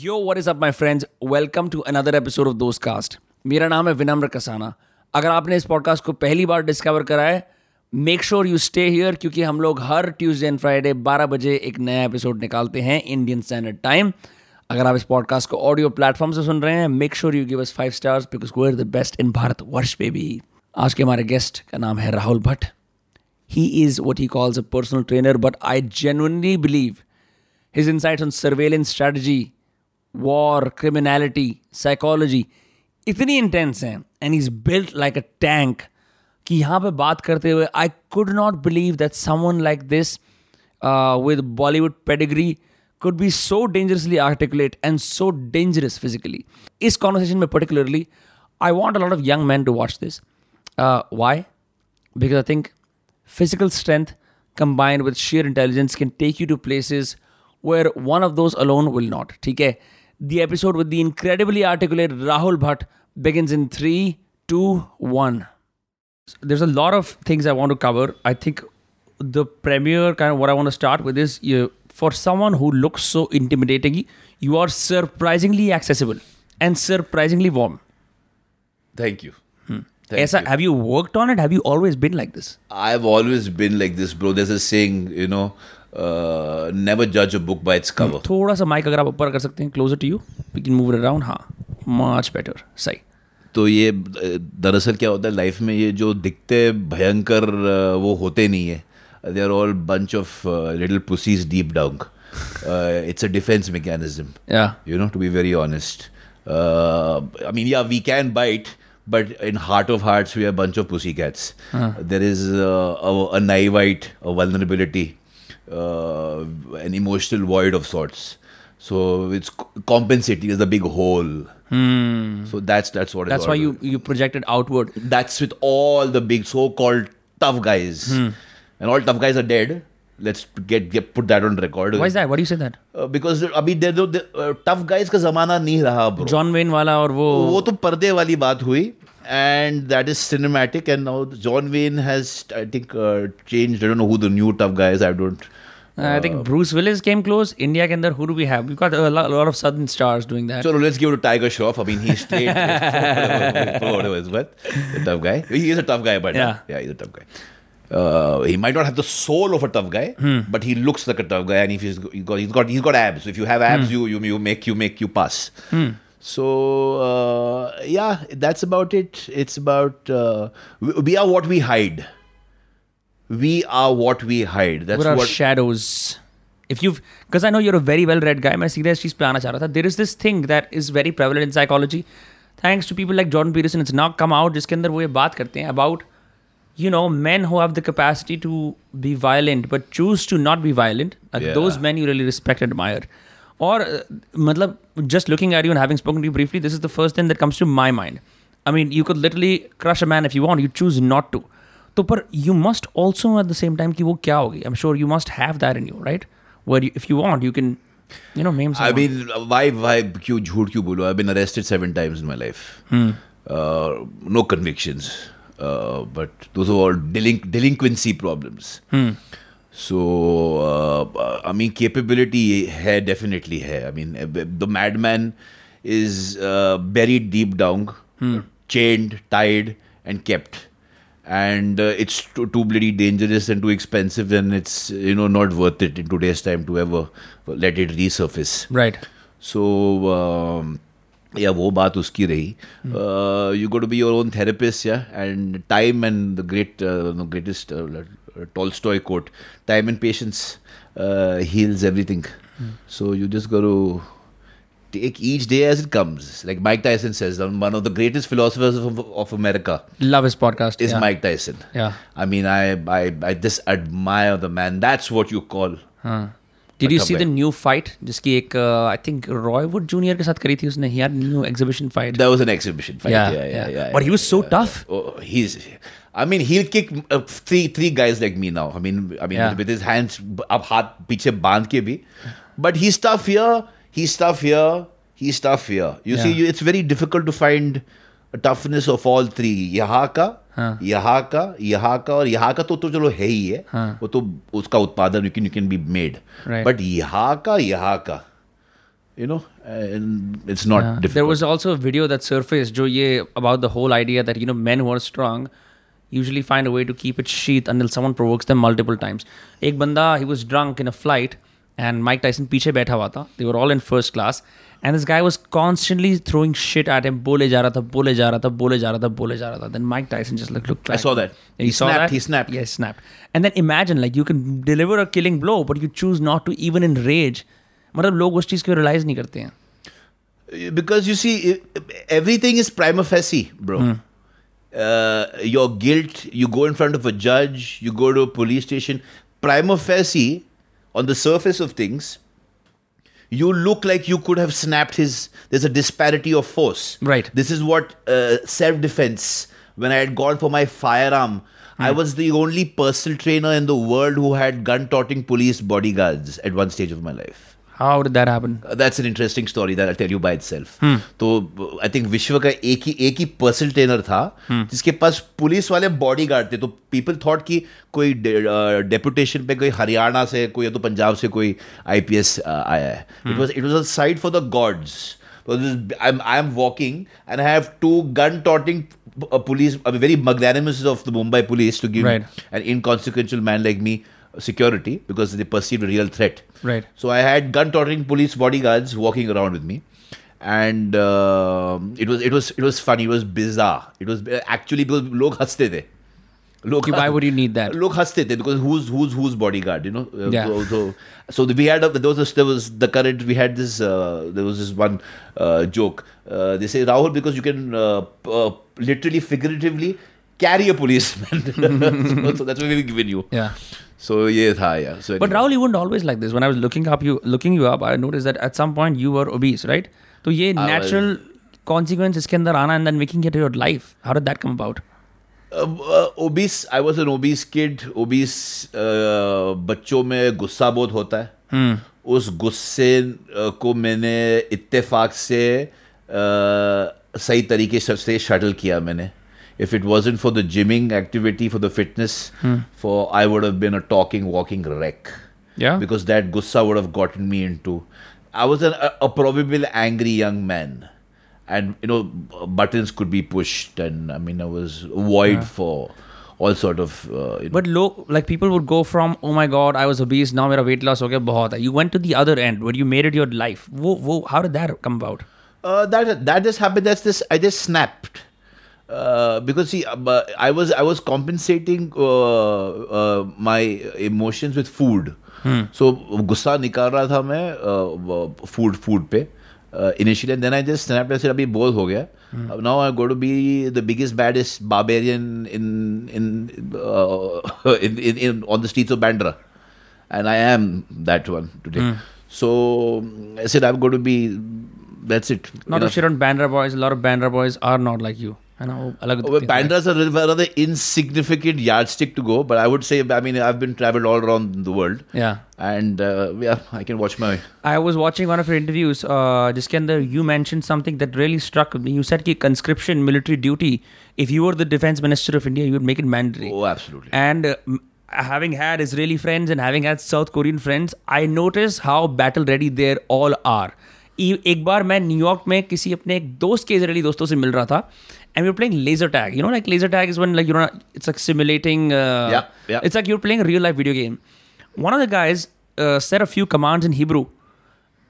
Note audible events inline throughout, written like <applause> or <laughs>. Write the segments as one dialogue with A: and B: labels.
A: Yo what is up my friends welcome to another episode of दोस्त cast मेरा नाम है विनम्र कसाना अगर आपने इस पॉडकास्ट को पहली बार डिस्कवर करा है make sure you stay here क्योंकि हम लोग हर ट्यूसडे एंड फ्राइडे 12 बजे एक नया एपिसोड निकालते हैं इंडियन स्टैंडर्ड टाइम अगर आप इस पॉडकास्ट को ऑडियो प्लेटफॉर्म से सुन रहे हैं make sure you give us five stars because we are the best in Bharatvarsh पे भी आज के हमारे गेस्ट का नाम है Rahul Bhatt he is what he calls a personal trainer but i genuinely believe his insights on surveillance strategy, war, criminality, psychology इतनी intense हैं and he's built like a tank कि यहाँ पे बात करते हुए I could not believe that someone like this with Bollywood pedigree could be so dangerously articulate and so dangerous physically. इस conversation में particularly, I want a lot of young men to watch this. Uh, why? Because I think physical strength combined with sheer intelligence can take you to places where one of those alone will not. ठीक है? The episode with the incredibly articulate Rahul Bhatt begins in three, two, one. There's a lot of things I want to cover. I think the premier kind of what I want to start with is you, for someone who looks so intimidating, you are surprisingly accessible and surprisingly warm.
B: Thank you. Thank
A: Aisa,
B: you.
A: have you worked on it? Have you always been like this?
B: I've always been like this, bro. There's a saying, you know, uh, never judge a book by its cover.
A: थोड़ा सा mic अगर आप ऊपर कर सकते हैं closer to you we can move around हाँ much better सही
B: तो ये अ, दरअसल क्या होता है लाइफ में ये जो दिखते भयंकर अ, वो होते नहीं है they are all bunch of little pussies deep down <laughs> it's a defence mechanism
A: या
B: you know to be very honest uh, i mean yeah we can bite but in heart of hearts we are a bunch of pussycats there is uh, a, a naivite a vulnerability uh, an emotional void of sorts so it's c- compensating as a big hole so that's that's what
A: that's
B: it's
A: why
B: all
A: you you projected outward
B: that's with all the big so-called tough guys and all tough guys are dead let's get, get put that on record
A: why is that what you say that
B: Uh, because there- अभी दे दो tough guys का जमाना नहीं रहा bro.
A: John when वाला और वो
B: वो तो पर्दे वाली बात हुई and that is cinematic and now John Wayne has I think change I don't know who the new tough guys I don't
A: I think Bruce Willis came close India के अंदर who do we have we got a lot of sudden stars doing that
B: चलो let's give to Tiger Shroff I mean he state <laughs> whatever is what the tough guy he is a tough guy but
A: Yeah.
B: yeah, he's a tough guy Uh, he might not have the soul of a tough guy, but he looks like a tough guy, and if he's he's got he's got, he's got abs. If you have abs, you, you you make you make you pass. So uh, yeah, that's about it. It's about uh, we, we are what we hide. We are what we hide. That's
A: what are
B: what
A: shadows if you've because i know you're a very well read guy मैं सीधे इस चीज़ पे आना चाह रहा था there is this thing that is very prevalent in psychology thanks to people like jordan peterson it's now come out जिसके अंदर वो ये बात करते हैं about you know men who have the capacity to be violent but choose to not be violent like
B: Yeah.
A: those men you really respect and admire और uh, मतलब just looking at you and having spoken to you briefly this is the first thing that comes to my mind I mean you could literally crush a man if you want you choose not to तो पर you must also at the same time कि वो क्या होगी I am sure you must have that in you right where if you want you can you know ma'am
B: I mean, why, why, क्यों झूठ क्यों बोलो? I've been arrested seven times in my life. Uh, no convictions. Uh, but those are all delinqu- delinquency problems. So, uh, I mean, capability है definitely है. I mean, eh, the madman is uh, buried deep down, chained, tied, and kept. And uh, it's too, too bloody dangerous and too expensive, and it's you know not worth it in today's time to ever let it resurface.
A: Right
B: so yeah वो बात उसकी रही you go to be your own therapist yeah and time and the great greatest uh, Tolstoy quote time and patience uh, heals everything so you just go Take each day as it comes. Like Mike Tyson says, um, one of the greatest philosophers of, of America
A: love is podcast
B: is Mike Tyson.
A: Yeah.
B: I mean, I, I, I just admire the man. That's what you call.
A: हाँ did you
B: Taka
A: see the
B: Bhai.
A: New fight जिसकी एक I think Roy Wood junior के साथ करी थी उसने यार new exhibition fight
B: That was an exhibition fight. Yeah, yeah, yeah. yeah,
A: but he was so tough
B: Oh, he's. I mean, he'll kick uh, three three guys like me now. I mean, I mean,
A: Yeah.
B: with his hands up, hat piche band ke bhi. But he's tough here. He's tough here. He's tough here. You see,
A: Yeah.
B: you, it's very difficult to find a toughness of all three. यहाँ का
A: हाँ.
B: यहाँ का यहाँ का और यहाँ का तो तो चलो है ही है
A: हाँ.
B: वो तो उसका उत्पादन you can you can be made
A: Right.
B: But यहाँ का यहाँ का you know, and it's not
A: Yeah.
B: difficult.
A: Uh, There was also a video that surfaced, जो ये about the whole idea that you know men who are strong usually find a way to keep it sheath until someone provokes them multiple times. एक बंदा he was drunk in a flight and Mike Tyson पीछे बैठा हुआ था. They were all in first class and this guy was constantly throwing shit at him. बोले जा रहा था, बोले जा रहा था, बोले जा रहा था, बोले जा रहा था. Then Mike Tyson just like looked.
B: I
A: Back.
B: saw that.
A: You
B: He
A: saw
B: snapped,
A: that?
B: he snapped.
A: Yeah, he snapped. And then imagine like you can deliver a killing blow, but you choose not to even in rage. मतलब लोग उस चीज़ को realize नहीं करते हैं.
B: because you see i- everything is prima facie bro uh, your guilt you go in front of a judge you go to a police station prima facie on the surface of things you look like you could have snapped his there's a disparity of force
A: Right.
B: this is what uh, self-defense when i had gone for my firearm i was the only personal trainer in the world who had gun-toting police bodyguards at one stage of my life
A: How did that happen?
B: Uh, that's an interesting story that I'll tell you by itself. तो I think विश्व का एक ही एक ही personal trainer था जिसके पास पुलिस वाले बॉडीगार्ड थे तो पीपल थॉट कि कोई डेपुटेशन पे कोई हरियाणा से कोई या तो पंजाब से कोई आईपीएस uh, आया है it was it was a sight for the gods I'm I'm walking and I have two gun-toting p- uh, police, I mean, very magnanimous of the Mumbai police to give
A: Right.
B: an inconsequential man like me security because they perceived a real threat.
A: Right.
B: So I had gun-toting police bodyguards walking around with me, and um it was it was it was funny. It was bizarre. It was actually because log haste the. Log,
A: Why would you need that?
B: Log haste the because who's who's who's bodyguard? You know. Uh,
A: Yeah.
B: So, so, so we had a, there was this, there was the current we had this uh, there was this one uh, joke. Uh, they say Rahul because you can uh, p- uh, literally figuratively carry a policeman. <laughs> so, so that's what we've given you.
A: Yeah.
B: So yeah, tha, yeah. So
A: But
B: anyway.
A: Rahul, you weren't always like this. When I was looking up you looking you up, I noticed that at some point you were obese, right? So ये
B: was-
A: natural consequence इसके अंदर आना and then making it your life. How did that come about?
B: Uh, uh, obese i was an obese kid obese uh, बच्चों में गुस्सा बहुत होता है उस गुस्से uh, को मैंने इत्तेफाक से uh, सही तरीके से से शटल किया मैंने if it wasn't for the gymming activity for the fitness for I would have been a talking walking wreck
A: Yeah.
B: because that gussa would have gotten me into. I was an, a, a probable angry young man, and you know b- buttons could be pushed, and I mean I was void for all sort of. Uh, you know,
A: but low, like people would go from oh my god, I was obese, now मेरा weight loss हो गया बहुत है. You went to the other end where you made it your life. Wo, wo, how did that come about?
B: Uh, that that just happened. That's this. I just snapped. Uh, because see, um, uh, I was I was compensating uh, uh, my emotions with food. So गुस्सा निकाल रहा था मैं uh, food food पे uh, initially then I just snap से अभी bore हो गया अब now I go to be the biggest baddest barbarian in uh, <laughs> in in in on the streets of Bandra and I am that one today. So mm, I said I'm going to be. That's it.
A: Not
B: you
A: to shit on Bandra boys. A lot of Bandra boys are not like you. And वो अलग
B: know, Pandas are a rather insignificant yardstick to go, but I would say I mean I've been traveled all around the world,
A: Yeah.
B: and uh, yeah, I can watch my.
A: I was watching one of your interviews. Uh, जिसके अंदर you mentioned something that really struck me. You said कि conscription, military duty. If you were the defense minister of India, you would make it mandatory.
B: Oh, absolutely.
A: And uh, m- having had Israeli friends and having had South Korean friends, I notice how battle ready they all are. E- एक बार मैं New York में किसी अपने एक दोस्त के Israeli दोस्तों से मिल रहा था and we playing laser tag you know like laser tag is one like you know it's like simulating
B: Yeah, yeah.
A: Uh, it's like you're playing a real life video game. One of the guys uh, said a few commands in Hebrew,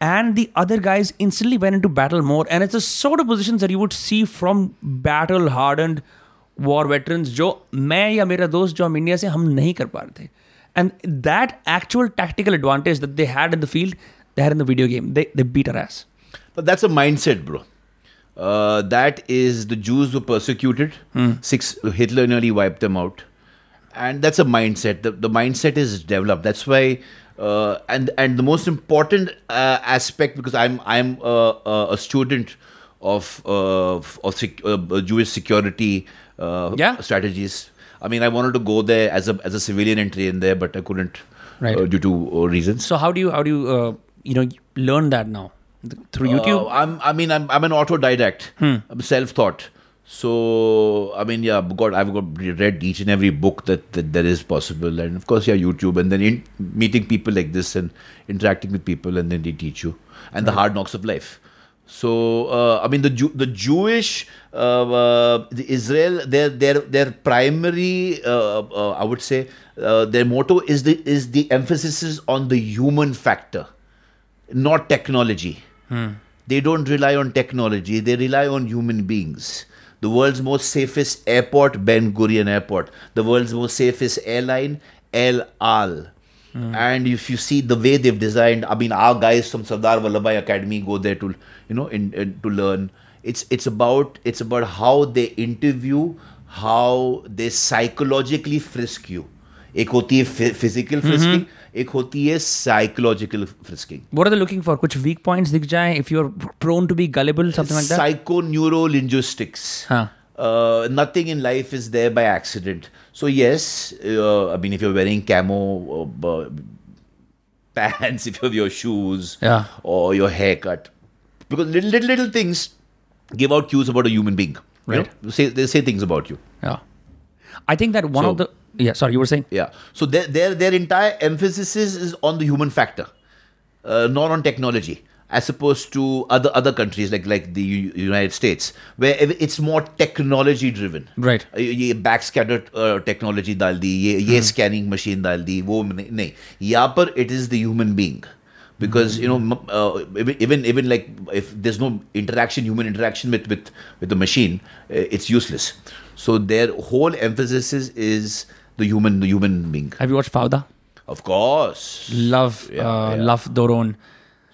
A: and the other guys instantly went into battle mode. And it's the sort of positions that you would see from battle hardened war veterans, जो मैं या मेरा दोस्त जो हम India से हम नहीं कर पा रहे थे. And that actual tactical advantage that they had in the field, they had in the video game. They they beat our ass.
B: But that's a mindset, bro. Uh, that is the Jews were persecuted.
A: Hmm.
B: Six Hitler nearly wiped them out, and that's a mindset. The, the mindset is developed. That's why, uh, and and the most important uh, aspect because I'm I'm uh, uh, a student of uh, of, of sec- uh, uh, Jewish security uh,
A: Yeah.
B: strategies. I mean, I wanted to go there as a as a civilian and train there, but I couldn't
A: Right.
B: uh, due to uh, reasons.
A: So how do you how do you uh, you know learn that now Th- through YouTube?
B: Uh, I'm, I mean, I'm, I'm an autodidact. I'm self-taught. So I mean, yeah, God, I've got read each and every book that, that there is possible, and of course, yeah, YouTube, and then in, meeting people like this and interacting with people, and then they teach you and the hard knocks of life. So uh, I mean, the Jew, the Jewish uh, uh, the Israel, their their their primary, uh, uh, I would say, uh, their motto is the is the emphasis is on the human factor, not technology. They don't rely on technology; they rely on human beings. The world's most safest airport, Ben Gurion Airport. The world's most safest airline, El Al. And if you see the way they've designed, I mean, our guys from Sardar Vallabhai Academy go there to, you know, in, in- to learn. It's it's about it's about how they interview, how they psychologically frisk you. एक होती है फि- physical frisking, एक होती है psychological frisking.
A: What are they looking for? Kuch weak points dikh jaye if you're prone to be gullible, something like that?
B: Psychoneurolinguistics.
A: Huh.
B: Uh, nothing in life is there by accident. So yes, uh, I mean, if you're wearing camo uh, uh, pants, <laughs> if you have your shoes
A: Yeah.
B: or your haircut, because little little, little things give out cues about a human being. you
A: Right.
B: know? Say they say things about you.
A: Yeah. I think that one of the.
B: So-
A: Yeah, sorry, you were saying?
B: Yeah. So their their their entire emphasis is, is on the human factor, uh, not on technology, as opposed to other other countries like like the U- United States, where it- it's more technology driven.
A: Right.
B: ये- ये back scatter technology डाल दी ये ये
A: Hmm.
B: Scanning machine डाल दी वो नहीं नहीं, यहाँ पर it is the human being because
A: Hmm.
B: you know uh, even even like if there's no interaction human interaction with with with the machine uh, it's useless so their whole emphasis is, is the human the human being
A: Have you watched Fauda?
B: of course
A: Love,
B: Yeah,
A: uh,
B: yeah.
A: love Doron.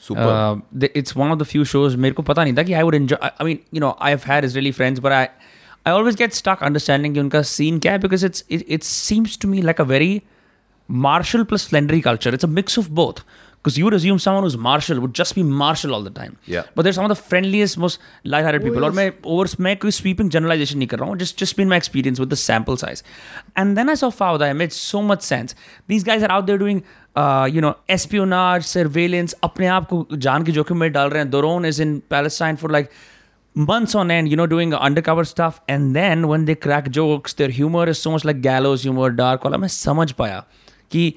B: super
A: Uh, th- it's one of the few shows मेरे को पता नहीं था कि I would enjoy I mean you know I have had Israeli friends but I I always get stuck understanding कि उनका scene क्या है because it's it seems to me like a very martial plus friendly culture it's a mix of both Because you would assume someone who's martial would just be martial all the time.
B: Yeah.
A: But they're some of the friendliest, most light-hearted people. और
B: yes.
A: मैं over मैं कोई sweeping generalization नहीं कर रहा हूँ. Just just been my experience with the sample size. And then I saw Fauda. It made so much sense. These guys are out there doing uh, you know espionage, surveillance. अपने आप को जान के जोखिम में डाल रहे हैं. Doron is in Palestine for like months on end, you know, doing undercover stuff. And then when they crack jokes, their humor is so much like gallows humor, dark. और मैं समझ पाया कि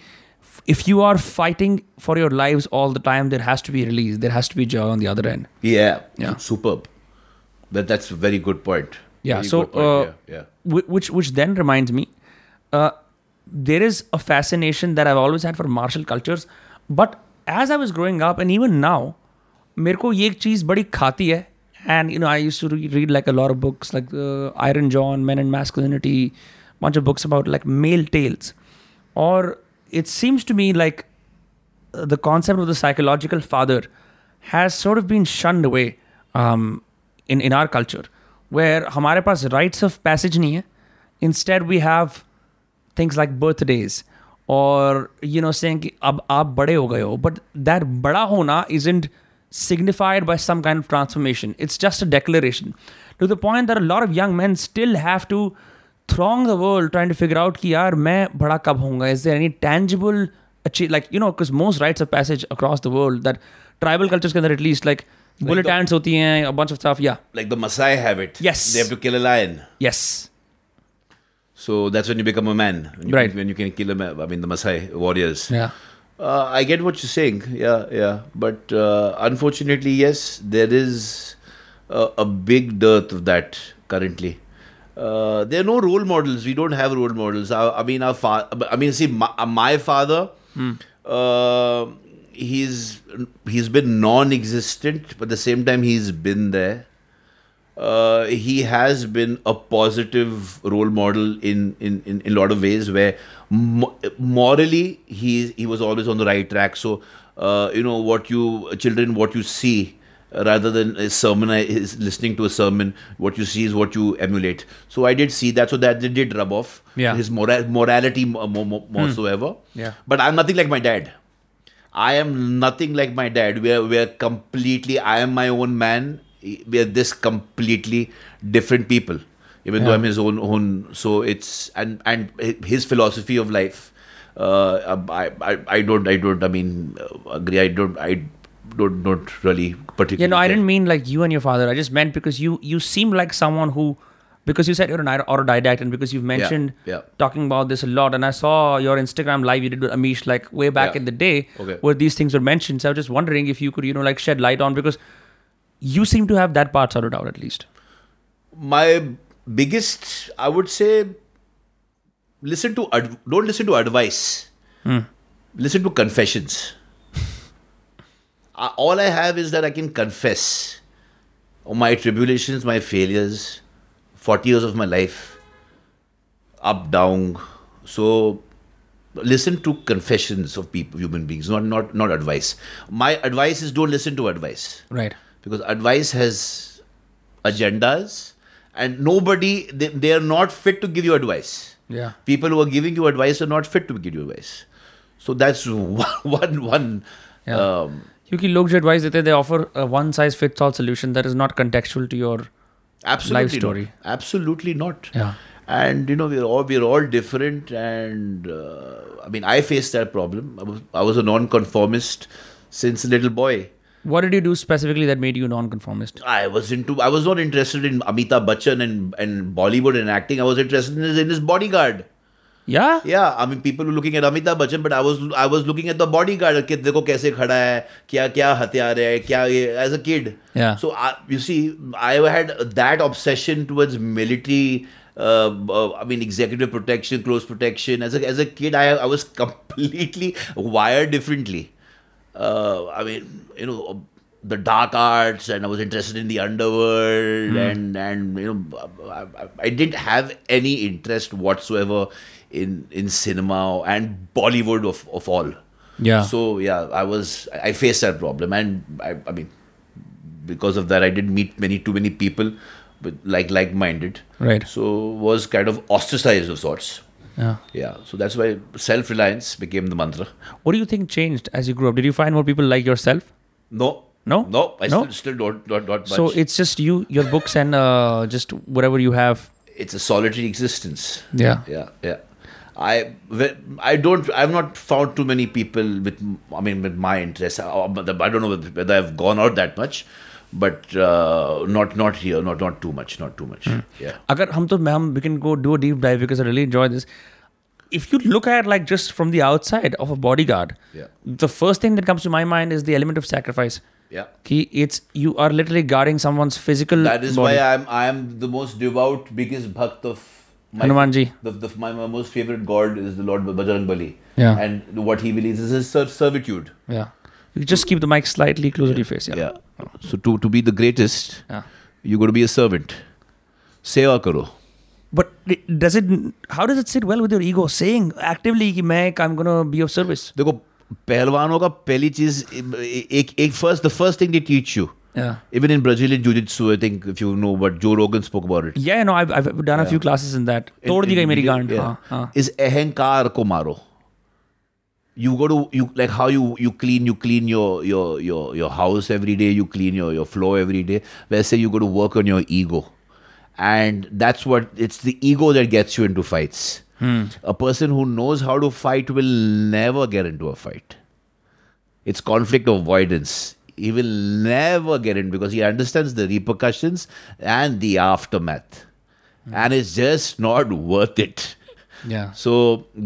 A: if you are fighting for your lives all the time, there has to be release. There has to be joy on the other end.
B: yeah
A: Yeah.
B: superb but that's a very good point
A: Yeah,
B: Very
A: so,
B: good
A: uh,
B: point, yeah, yeah.
A: Wh- which which then reminds me uh, there is a fascination that i've always had for martial cultures but as i was growing up and even now मेरे को ये एक चीज़ बड़ी खाती है and you know i used to re- read like a lot of books like uh, iron john men and masculinity bunch of books about like male tales or it seems to me like uh, the concept of the psychological father has sort of been shunned away um, in in our culture, where हमारे पास rites of passage नहीं है. Instead, we have things like birthdays or you know saying कि अब आप बड़े हो गए हो. But that बड़ा होना isn't signified by some kind of transformation. It's just a declaration. To the point that a lot of young men still have to throng the world trying to figure out कि यार मैं बड़ा कब होऊंगा is there any tangible achieve like you know because most rites of passage across the world that tribal cultures के अंदर at least like bullet
B: the-
A: ants होती हैं a bunch of stuff yeah
B: like the Maasai have it
A: Yes.
B: they have to kill a lion
A: yes
B: So that's when you become a man. When you,
A: Right.
B: When you can kill a man. I mean, the Maasai warriors.
A: yeah
B: Uh, I get what you're saying. Yeah, yeah. But uh, unfortunately, yes, there is a, a big dearth of that currently. Uh, there are no role models. We don't have role models. I, I mean, our fa- I mean, see, my, uh, my father,
A: Hmm.
B: uh, he's he's been non-existent, but at the same time, he's been there. Uh, he has been a positive role model in in in, in a lot of ways where mo- morally he he was always on the right track so uh, you know what you children what you see uh, rather than a sermon I- is listening to a sermon what you see is what you emulate so i did see that so that did- did rub off
A: Yeah.
B: his mora- morality mo- mo- mo- more so ever
A: Hmm. Yeah.
B: but i'm nothing like my dad I am nothing like my dad. We're we're completely. I am my own man. We're this completely different people. Even though I'm his own own, so it's and and his philosophy of life. Uh, I, I I don't I don't I mean uh, agree. I don't I don't not really particularly.
A: Yeah, no, I
B: care.
A: didn't mean like you and your father. I just meant because you you seem like someone who because you said you're an au- autodidact and because you've mentioned
B: yeah.
A: talking about this a lot and i saw your instagram live you did with amish like way back
B: Yeah.
A: in the day
B: Okay.
A: where these things were mentioned so i was just wondering if you could you know like shed light on because you seem to have that part sorted out at least
B: my biggest i would say listen to ad- don't listen to advice listen to confessions <laughs> I, all i have is that i can confess all my tribulations my failures 40 years of my life up down so listen to confessions of people human beings not not not advice my advice is don't listen to advice
A: right
B: because advice has agendas and nobody they, they are not fit to give you advice
A: yeah
B: people who are giving you advice are not fit to give you advice so that's <laughs> one one, one
A: Yeah.
B: um,
A: क्योंकि लोग जो advice देते हैं they offer one size fits all solution that is not contextual to your
B: absolutely
A: Life story.
B: not. absolutely not
A: Yeah.
B: and you know we're all we're all different and uh, i mean i faced that problem I was, I was a nonconformist since a little boy
A: what did you do specifically that made you nonconformist
B: I was into. I was not interested in Amitabh Bachchan and and Bollywood and acting. I was interested in his, in his bodyguard.
A: या
B: Yeah, I mean people were looking at Amitabh Bachchan, but I was I was looking at the bodyguard. कि देखो कैसे खड़ा है, क्या क्या हथियार है, क्या ये as a kid.
A: Yeah.
B: So I, you see, I had that obsession towards military. Uh, uh, I mean, executive protection, close protection. As a as a kid, I I was <laughs> completely wired differently. Uh, I mean, you know, uh, the dark arts, and I was interested in the underworld, and and you know, I, I- I didn't have any interest whatsoever in in cinema and Bollywood of of all.
A: Yeah.
B: So yeah, I was I I faced that problem, and I, I mean, because of that, I didn't meet many too many people, with like like minded.
A: Right.
B: So was kind of ostracized of sorts.
A: या
B: Yeah. So that's why self reliance became the mantra.
A: What do you think changed as you grew up? Did you find more people like yourself?
B: No.
A: No?
B: No. I
A: No?
B: Still, still don't not not much.
A: So it's just you, your books, and uh, just whatever you have.
B: it's a solitary existence.
A: Yeah.
B: yeah yeah i well, i don't i've not found too many people with i mean with my interests i I don't know whether i've gone out that much but uh, not not here not not too much not too much
A: Hmm.
B: yeah
A: अगर हम तो ma'am we can go do a deep dive because I really enjoy this. If you look at like just from the outside of a bodyguard,
B: Yeah.
A: the first thing that comes to my mind is the element of sacrifice.
B: yeah
A: Ki it's you are literally guarding someone's physical.
B: that is
A: body.
B: why i'm i'm the most devout biggest bhakt of my,
A: Hanumanji.
B: The, the, my, my most favorite god is the lord bajrang bali
A: Yeah.
B: and what he believes is his ser- servitude
A: Yeah. You just keep the mic slightly closer to your face. Yeah.
B: yeah so to to be the greatest
A: Yeah.
B: you're going to be a servant seva karo
A: But it- does it? How does it sit well with your ego? Saying actively, ki main, I'm gonna be of service.
B: देखो पहलवानों का पहली चीज एक एक first the first thing they teach you
A: Yeah.
B: Even in Brazil in jujitsu I think if you know but Joe Rogan spoke about it
A: Yeah, no, I've, I've done a few classes in that. तोड़ दी गई मेरी गांड हाँ हाँ
B: is अहंकार को मारो you go to you like how you you clean you clean your your your your house every day you clean your your floor every day let's say you go to work on your ego and that's what it's the ego that gets you into fights a person who knows how to fight will never get into a fight it's conflict avoidance he will never get in because he understands the repercussions and the aftermath Mm. and it's just not worth it
A: yeah
B: so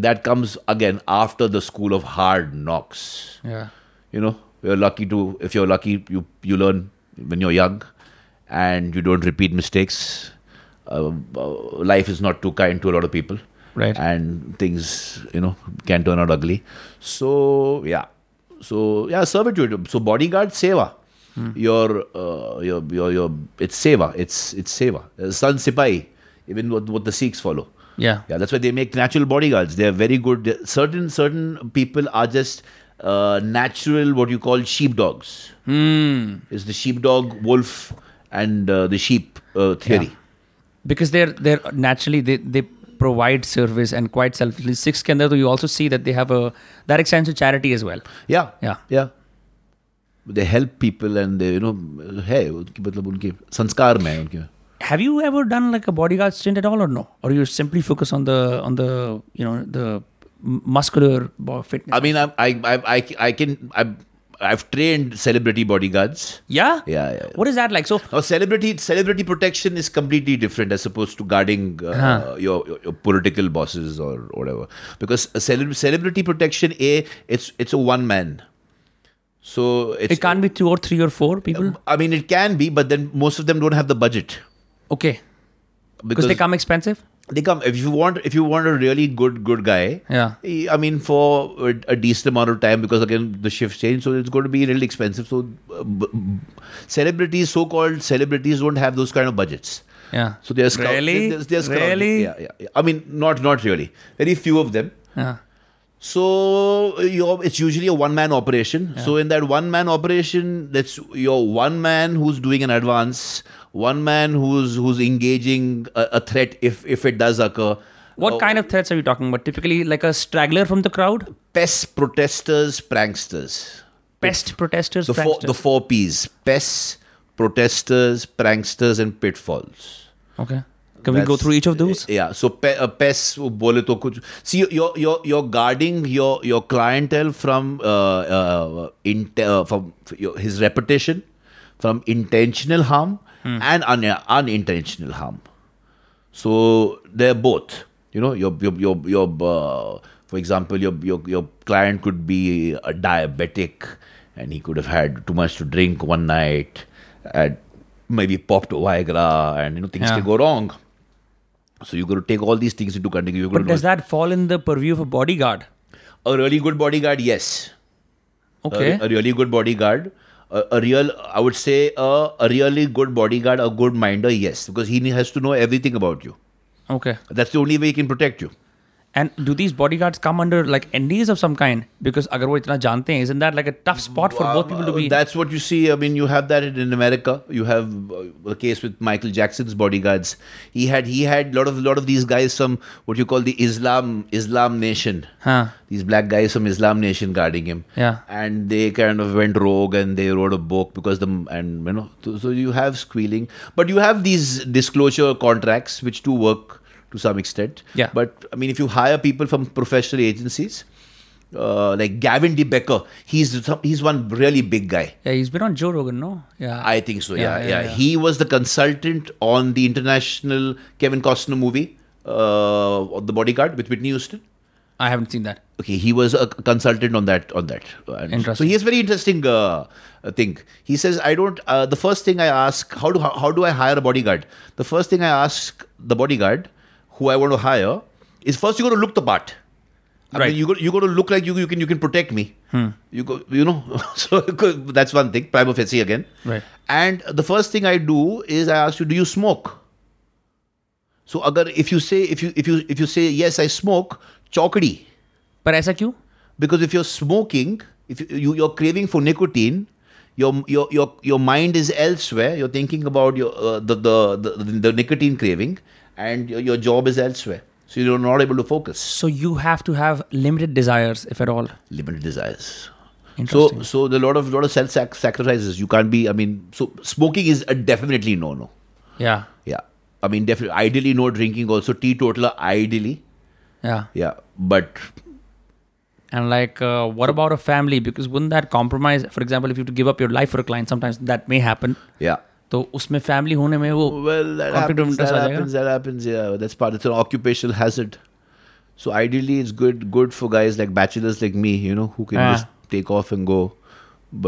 B: that comes again after the school of hard knocks.
A: yeah
B: You know, you're lucky to if you're lucky, you you learn when you're young, and you don't repeat mistakes. Uh, uh, life is not too kind to a lot of people,
A: Right.
B: And things you know can turn out ugly. So yeah, so yeah, servitude. So bodyguard seva. Your, uh, your your your it's seva. It's it's seva. Uh, San sipai, even what what the Sikhs follow.
A: yeah
B: Yeah, that's why they make natural bodyguards. They are very good. Certain certain people are just uh, natural, what you call sheepdogs. Mm. It's the sheepdog, wolf, and uh, the sheep uh, theory.
A: because they're they're naturally they they provide service and quite selflessly six can there you also see that they have a that extends to charity as well
B: Yeah.
A: yeah
B: Yeah. They help people and they, you know, hey, उनकी मतलब उनके संस्कार में है उनके
A: have you ever done like a bodyguard stint at all or no or you simply focus on the on the
B: Uh,
A: you know the m- muscular bo- fitness
B: I mean, I, I, I, I, I can, I, I've trained celebrity bodyguards.
A: Yeah?
B: Yeah, yeah.
A: What is that like? So,
B: Now, celebrity celebrity protection is completely different as opposed to guarding uh,
A: Uh-huh.
B: your, your your political bosses or whatever. Because a cele- celebrity protection, a it's it's a one man. So it's
A: it can't be two or three or four people?
B: I mean, it can be, but then most of them don't have the budget
A: Okay. Because they come expensive?
B: they come if you want if you want a really good good guy.
A: Yeah.
B: I mean, for a- a decent amount of time, because again the shifts change, so it's going to be really expensive. So, uh, b- b- celebrities, so-called celebrities, don't have those kind of budgets.
A: Yeah.
B: So they are scou-
A: Really?
B: They, they- they are scrounging.
A: Really?
B: Yeah, yeah, yeah. I mean, not not really. Very few of them.
A: Yeah.
B: So you're, it's usually a one-man operation. So in that one-man operation, that's your one man who's doing an advance, one man who's who's engaging a, a threat if if it does occur.
A: What
B: Uh,
A: kind of threats are you talking about? Typically, like a straggler from the crowd?
B: pests, protesters, pranksters?
A: Pest protesters?
B: The four
A: pranksters?
B: the four P's: pests, protesters, pranksters, and pitfalls.
A: okay. Can we go
B: That's-
A: through each of those?
B: Yeah. So pe- uh, pests वो बोले तो कुछ see you're you're you're guarding your your clientele from uh, uh, int- uh, from your, his reputation from intentional harm
A: Hmm.
B: and un- unintentional harm. So they're both. You know, your your your your uh, for example, your your your client could be a diabetic, and he could have had too much to drink one night, and maybe popped a Viagra, and you know things
A: Yeah.
B: can go wrong. So you're going to take all these things into consideration. You're
A: But
B: going
A: does
B: to
A: that fall in the purview of a bodyguard?
B: a really good bodyguard, yes. A-
A: Okay.
B: A, really good bodyguard. A, a real, I would say, a, a really good bodyguard, a good minder, yes, because he has to know everything about you.
A: okay.
B: That's the only way he can protect you.
A: And do these bodyguards come under like NDs of some kind? Because अगर वो इतना जानते हैं, isn't that like a tough spot for both people to be?
B: Uh, That's what you see. I mean, you have that in in America. You have uh, the case with Michael Jackson's bodyguards. He had he had lot of lot of these guys from what you call the Islam Islam Nation.
A: Huh.
B: These black guys from Islam Nation guarding him.
A: Yeah.
B: And they kind of went rogue and they wrote a book because the and you know so, so you have squealing, but you have these disclosure contracts which do work to some extent.
A: Yeah.
B: But I mean, if you hire people from professional agencies. Uh, like Gavin De Becker, he's some- he's one really big guy.
A: Yeah, he's been on Joe Rogan, no? Yeah.
B: I think so. Yeah,
A: Yeah,
B: yeah.
A: yeah, yeah.
B: He was the consultant on the international Kevin Costner movie, uh, The Bodyguard with Whitney Houston.
A: I haven't seen that.
B: Okay, he was a consultant on that. On that. And So
A: Interesting.
B: he has very interesting uh, uh, thing. He says, "I don't." Uh, the first thing I ask, how do how, how do I hire a bodyguard? The first thing I ask the bodyguard, who I want to hire, is first you got to look the part. I
A: Right. Hmm.
B: mean, you got you got to look like you you can you can protect me. You go, you know. <laughs> so that's one thing. Prima facie again.
A: Right.
B: And the first thing I do is I ask you, do you smoke? So agar if you say if you if you if you say yes I smoke, chokdi.
A: पर ऐसा क्यों?
B: Because if you're smoking, if you, you you're craving for nicotine, your your your your mind is elsewhere. You're thinking about your uh, the, the, the the nicotine craving, and your, your job is elsewhere. So you're not able to focus.
A: So you have to have limited desires, if at all.
B: Limited desires. So
A: Interesting.
B: so the lot of lot of self sac- sacrifices. You can't be. I mean, so smoking is a definitely no no.
A: yeah.
B: Yeah. I mean, definitely. Ideally, no drinking. Also, teetotaler. Ideally,
A: Yeah.
B: yeah. But
A: And like, uh, what about a family? Because wouldn't that compromise? For example, if you have to give up your life for a client, sometimes that may happen.
B: yeah.
A: तो उसमें family होने में वो
B: Well, that
A: Conflict of
B: happens.
A: interest
B: That
A: आ जाएगा?
B: happens. That happens. Yeah, that's part. It's an occupational hazard. So ideally, it's good good for guys like bachelors like me, you know, who can
A: Yeah.
B: just take off and go.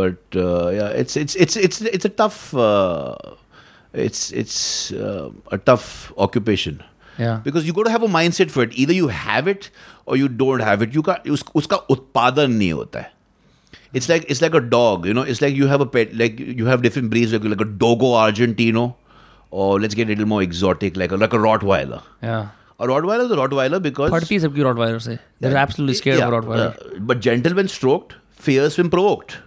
B: But uh, yeah, it's it's it's it's it's a tough. Uh, it's it's uh, a tough occupation.
A: yeah.
B: Because you got to have a mindset for it. Either you have it or you don't have it. You का उस, उसका उत्पादन नहीं होता है. It's like it's like a dog. You know, it's like you have a pet. Like you have different breeds, like like a Dogo Argentino, or let's get a little more exotic, like a, like a Rottweiler.
A: Yeah.
B: A Rottweiler is a Rottweiler because
A: फटती है सबकी Rottweiler से. They're absolutely scared
B: Yeah,
A: of Rottweiler.
B: uh, but gentle when stroked, fierce when provoked.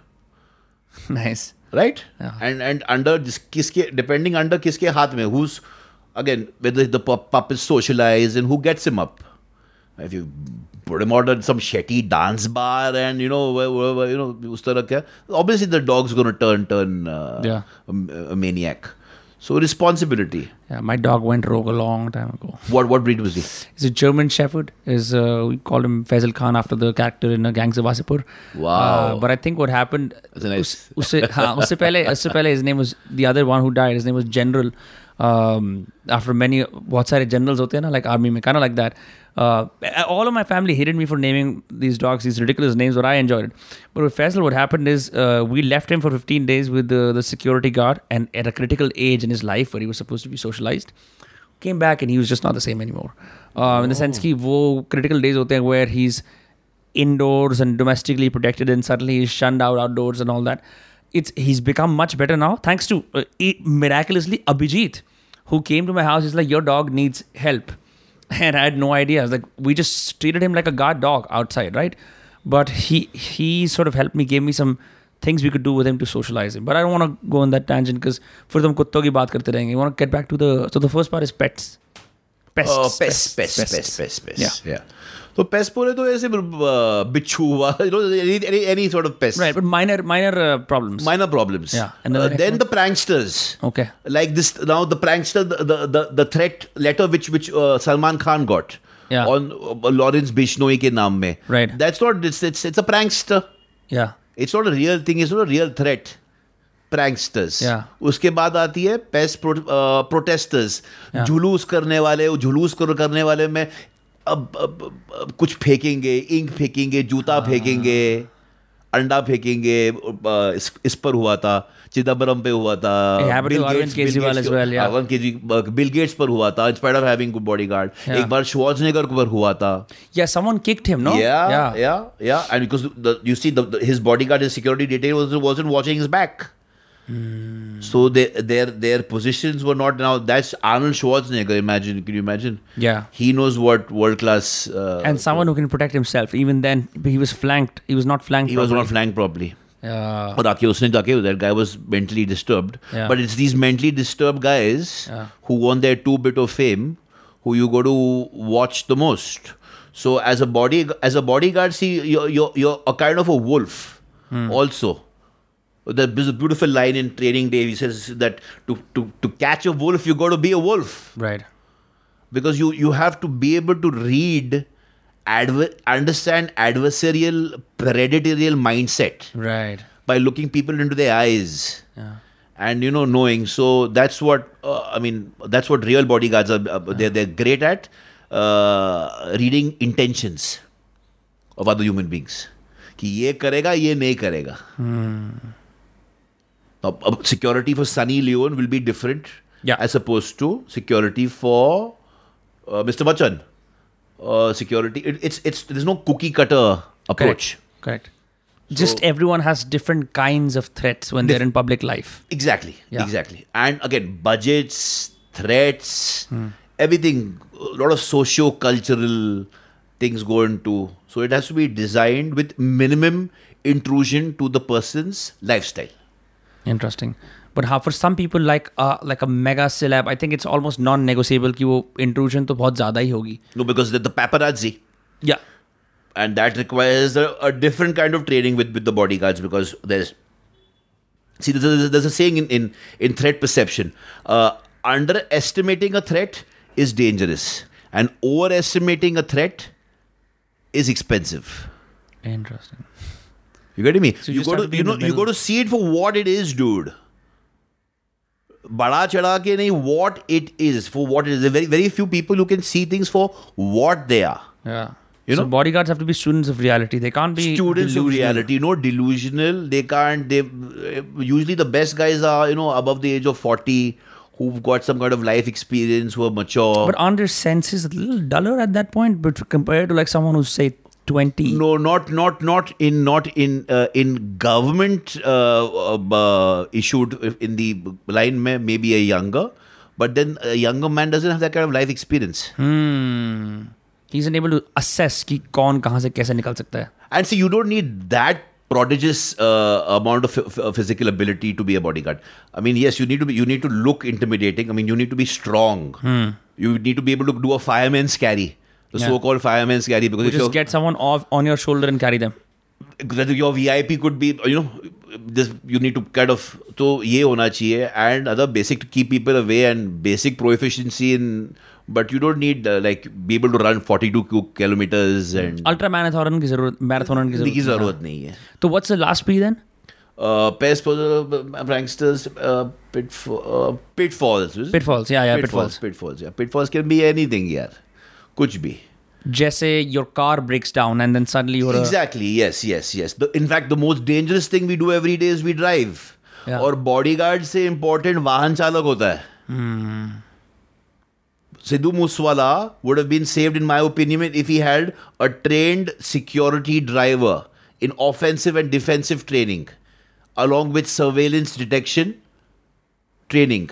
A: <laughs> nice.
B: right
A: Yeah.
B: and and under this किसके depending under किसके हाथ में who's again whether the pup, pup is socialized and who gets him up if you put him out at some shetty dance bar and you know where, where, where, you know उस तरह क्या obviously the dog's going to turn turn uh,
A: Yeah.
B: a, a maniac So responsibility.
A: Yeah, my dog went rogue a long time ago.
B: What what breed
A: <laughs>
B: was he?
A: He's a German Shepherd. Is uh, we called him Faisal Khan after the character in uh, Gangs of Wasseypur.
B: Wow.
A: Uh, but I think what happened.
B: That's a nice-
A: उस- उससे हाँ उससे पहले उससे पहले his name was the other one who died. His name was General. Um, after many बहुत सारे generals होते हैं ना like army में kind of like that. Uh, all of my family hated me for naming these dogs these ridiculous names, but I enjoyed it. But with Faisal, what happened is uh, we left him for 15 days with the, the security guard, and at a critical age in his life where he was supposed to be socialized, came back and he was just not the same anymore. Uh, In the sense कि वो critical days होते हैं where he's indoors and domestically protected and suddenly he's shunned out outdoors and all that. It's he's become much better now thanks to uh, i- miraculously Abhijit who came to my house. He's like your dog needs help, <laughs> and I had no idea. I was like we just treated him like a guard dog outside, right? But he he sort of helped me, gave me some things we could do with him to socialize him. But I don't want to go on that tangent because फिर तो हम कुत्तों की बात करते रहेंगे. We want to get back to the so the first part is pets. Pests.
B: Oh, pest, pest, pest, pest, pest,
A: Yeah.
B: Yeah. So pest बोले तो ऐसे uh, बिच्छू हुआ, <laughs> you know, any, any, any sort of pest.
A: Right, but minor minor uh, problems.
B: Minor problems.
A: Yeah. And then the
B: Uh,
A: next
B: then the pranksters.
A: okay.
B: like this now the prankster the the, the, the threat letter which which uh, Salman Khan got
A: Yeah.
B: on uh, Lawrence Bishnoi ke naam mein.
A: Right.
B: That's not it's, it's it's a prankster.
A: Yeah.
B: It's not a real thing. It's not a real threat. Pranksters.
A: Yeah.
B: उसके बाद आती है paste protesters
A: Yeah.
B: जुलूस करने वाले वो जुलूस कर- करने वाले में अब, अब, अब, अब कुछ फेंकेंगे इंक फेंकेंगे जूता
A: हाँ।
B: फेंकेंगे अंडा फेंकेंगे अ, इस, इस पर हुआ था चिदम्बरम पे हुआ था
A: It happened to Arvind Kejriwal तो as well, yeah.
B: Arvind Kejriwal Bill Gates पर हुआ था in spite of having good bodyguard
A: Yeah.
B: एक बार श्वार्जनेगर पर हुआ था
A: Yeah, someone kicked him, no?
B: yeah, yeah,
A: Yeah.
B: yeah, And because the, you see, the, the, his bodyguard, his security detail was, wasn't watching his back.
A: Hmm.
B: So they, their their positions were not now. That's Arnold Schwarzenegger. Imagine, can you imagine?
A: Yeah.
B: He knows what world class. Uh,
A: And someone who can protect himself. Even then, he was flanked. He was not flanked. Uh,
B: he was not flanked properly.
A: Yeah.
B: और आके उसने जाके that guy was mentally disturbed.
A: Yeah.
B: But it's these mentally disturbed guys
A: Yeah.
B: who want their two bit of fame, who you go to watch the most. So as a body as a bodyguard, see you're you're, you're a kind of a wolf
A: Hmm.
B: also. There- There's a beautiful line in Training Day. He says that to, to, to catch a wolf, you got to be a wolf
A: Right.
B: because you you have to be able to read, adver- understand adversarial, predatorial mindset
A: Right.
B: by looking people into their eyes
A: Yeah.
B: and you know knowing so that's what uh, i mean that's what real bodyguards are uh, they're, they're great at uh, reading intentions of other human beings कि ये करेगा ये नहीं करेगा
A: Hmm.
B: अब अब security for Sunny Leone will be different
A: Yeah.
B: As oppose to security for mister Bachchan security it's it's is no cookie cutter approach
A: Correct. Correct. Just everyone has different kinds of threats when they're in public life.
B: Exactly.
A: Yeah.
B: Exactly. And again, budgets, threats, everything, a lot of socio cultural things go into. So it has to be designed with minimum intrusion to the person's lifestyle.
A: Interesting. But how for some people like uh, like a mega celeb, I think it's almost non-negotiable कि वो intrusion तो बहुत ज़्यादा ही होगी.
B: No, because they're the paparazzi.
A: Yeah.
B: And that requires a, a different kind of training with, with the bodyguards because there's. See, there's a, there's a saying in, in, in threat perception uh, underestimating a threat is dangerous, and overestimating a threat is expensive.
A: Interesting.
B: You getting me?
A: So you
B: you
A: just
B: go
A: have
B: to,
A: to be
B: you
A: in
B: know
A: the
B: you go to
A: middle.
B: see it for what it is, dude. बड़ा चढ़ा के नहीं what it is for what it is. There are very very few people who can see things for what they are.
A: Yeah.
B: You
A: so
B: know-
A: bodyguards have to be students of reality. They can't be
B: Students of
A: delusional.
B: reality, no delusional. They can't. They usually the best guys are you know above the age of forty who've got some kind of life experience who are mature.
A: But aren't their senses a little duller at that point? But compared to like someone who's say twenty,
B: no, not not not in not in uh, in government uh, uh, issued in the line may maybe a younger, but then a younger man doesn't have that kind of life experience.
A: he's unable to assess कि कौन कहाँ से कैसे निकल सकता है.
B: And see, you don't need that prodigious uh, amount of ph- ph- physical ability to be a bodyguard. I mean, yes, you need to be you need to look intimidating. I mean, you need to be strong. You need to be able to do a fireman's carry. The
A: Hmm. Yeah.
B: so-called fireman's carry because
A: You
B: if you're-
A: just get someone off on your shoulder and carry them.
B: that your VIP could be, you know, this you need to kind of तो ये होना चाहिए and other basic to keep people away and basic proficiency in but you don't need uh, like be able to run 42 kilometers and
A: ultra marathon की जरूरत marathon की
B: Hmm. की
A: जरूरत
B: जरूरत नहीं है
A: तो what's the last P then
B: uh, pairs for the pranksters uh, pitfall, uh, pitfalls is it?
A: Pitfalls, yeah, yeah, pitfalls.
B: pitfalls yeah pitfalls can be anything यार कुछ भी
A: जैसे your car breaks down and then suddenly your
B: exactly yes yes yes the, in fact the most dangerous thing we do every day is we drive
A: Yeah.
B: और bodyguard से important वाहन चालक होता है Sidhu Moosewala would have been saved in my opinion if he had a trained security driver in offensive and defensive training along with surveillance detection training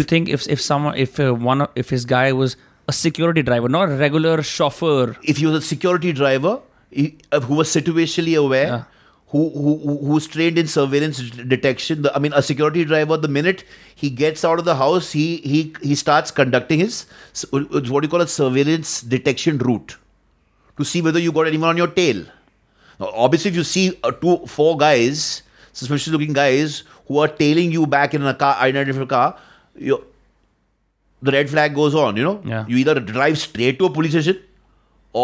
A: you think if if someone if uh, one of- if his guy was a security driver not a regular chauffeur
B: if he was a security driver he, uh, who was situationally aware
A: Yeah.
B: who, who who- who's trained in surveillance d- detection the, i mean a security driver the minute he gets out of the house he he he starts conducting his s- it's what you call a surveillance detection route to see whether you got anyone on your tail now, obviously if you see uh, two four guys suspicious looking guys who are tailing you back in a car identified car you the red flag goes on you know
A: Yeah.
B: you either drive straight to a police station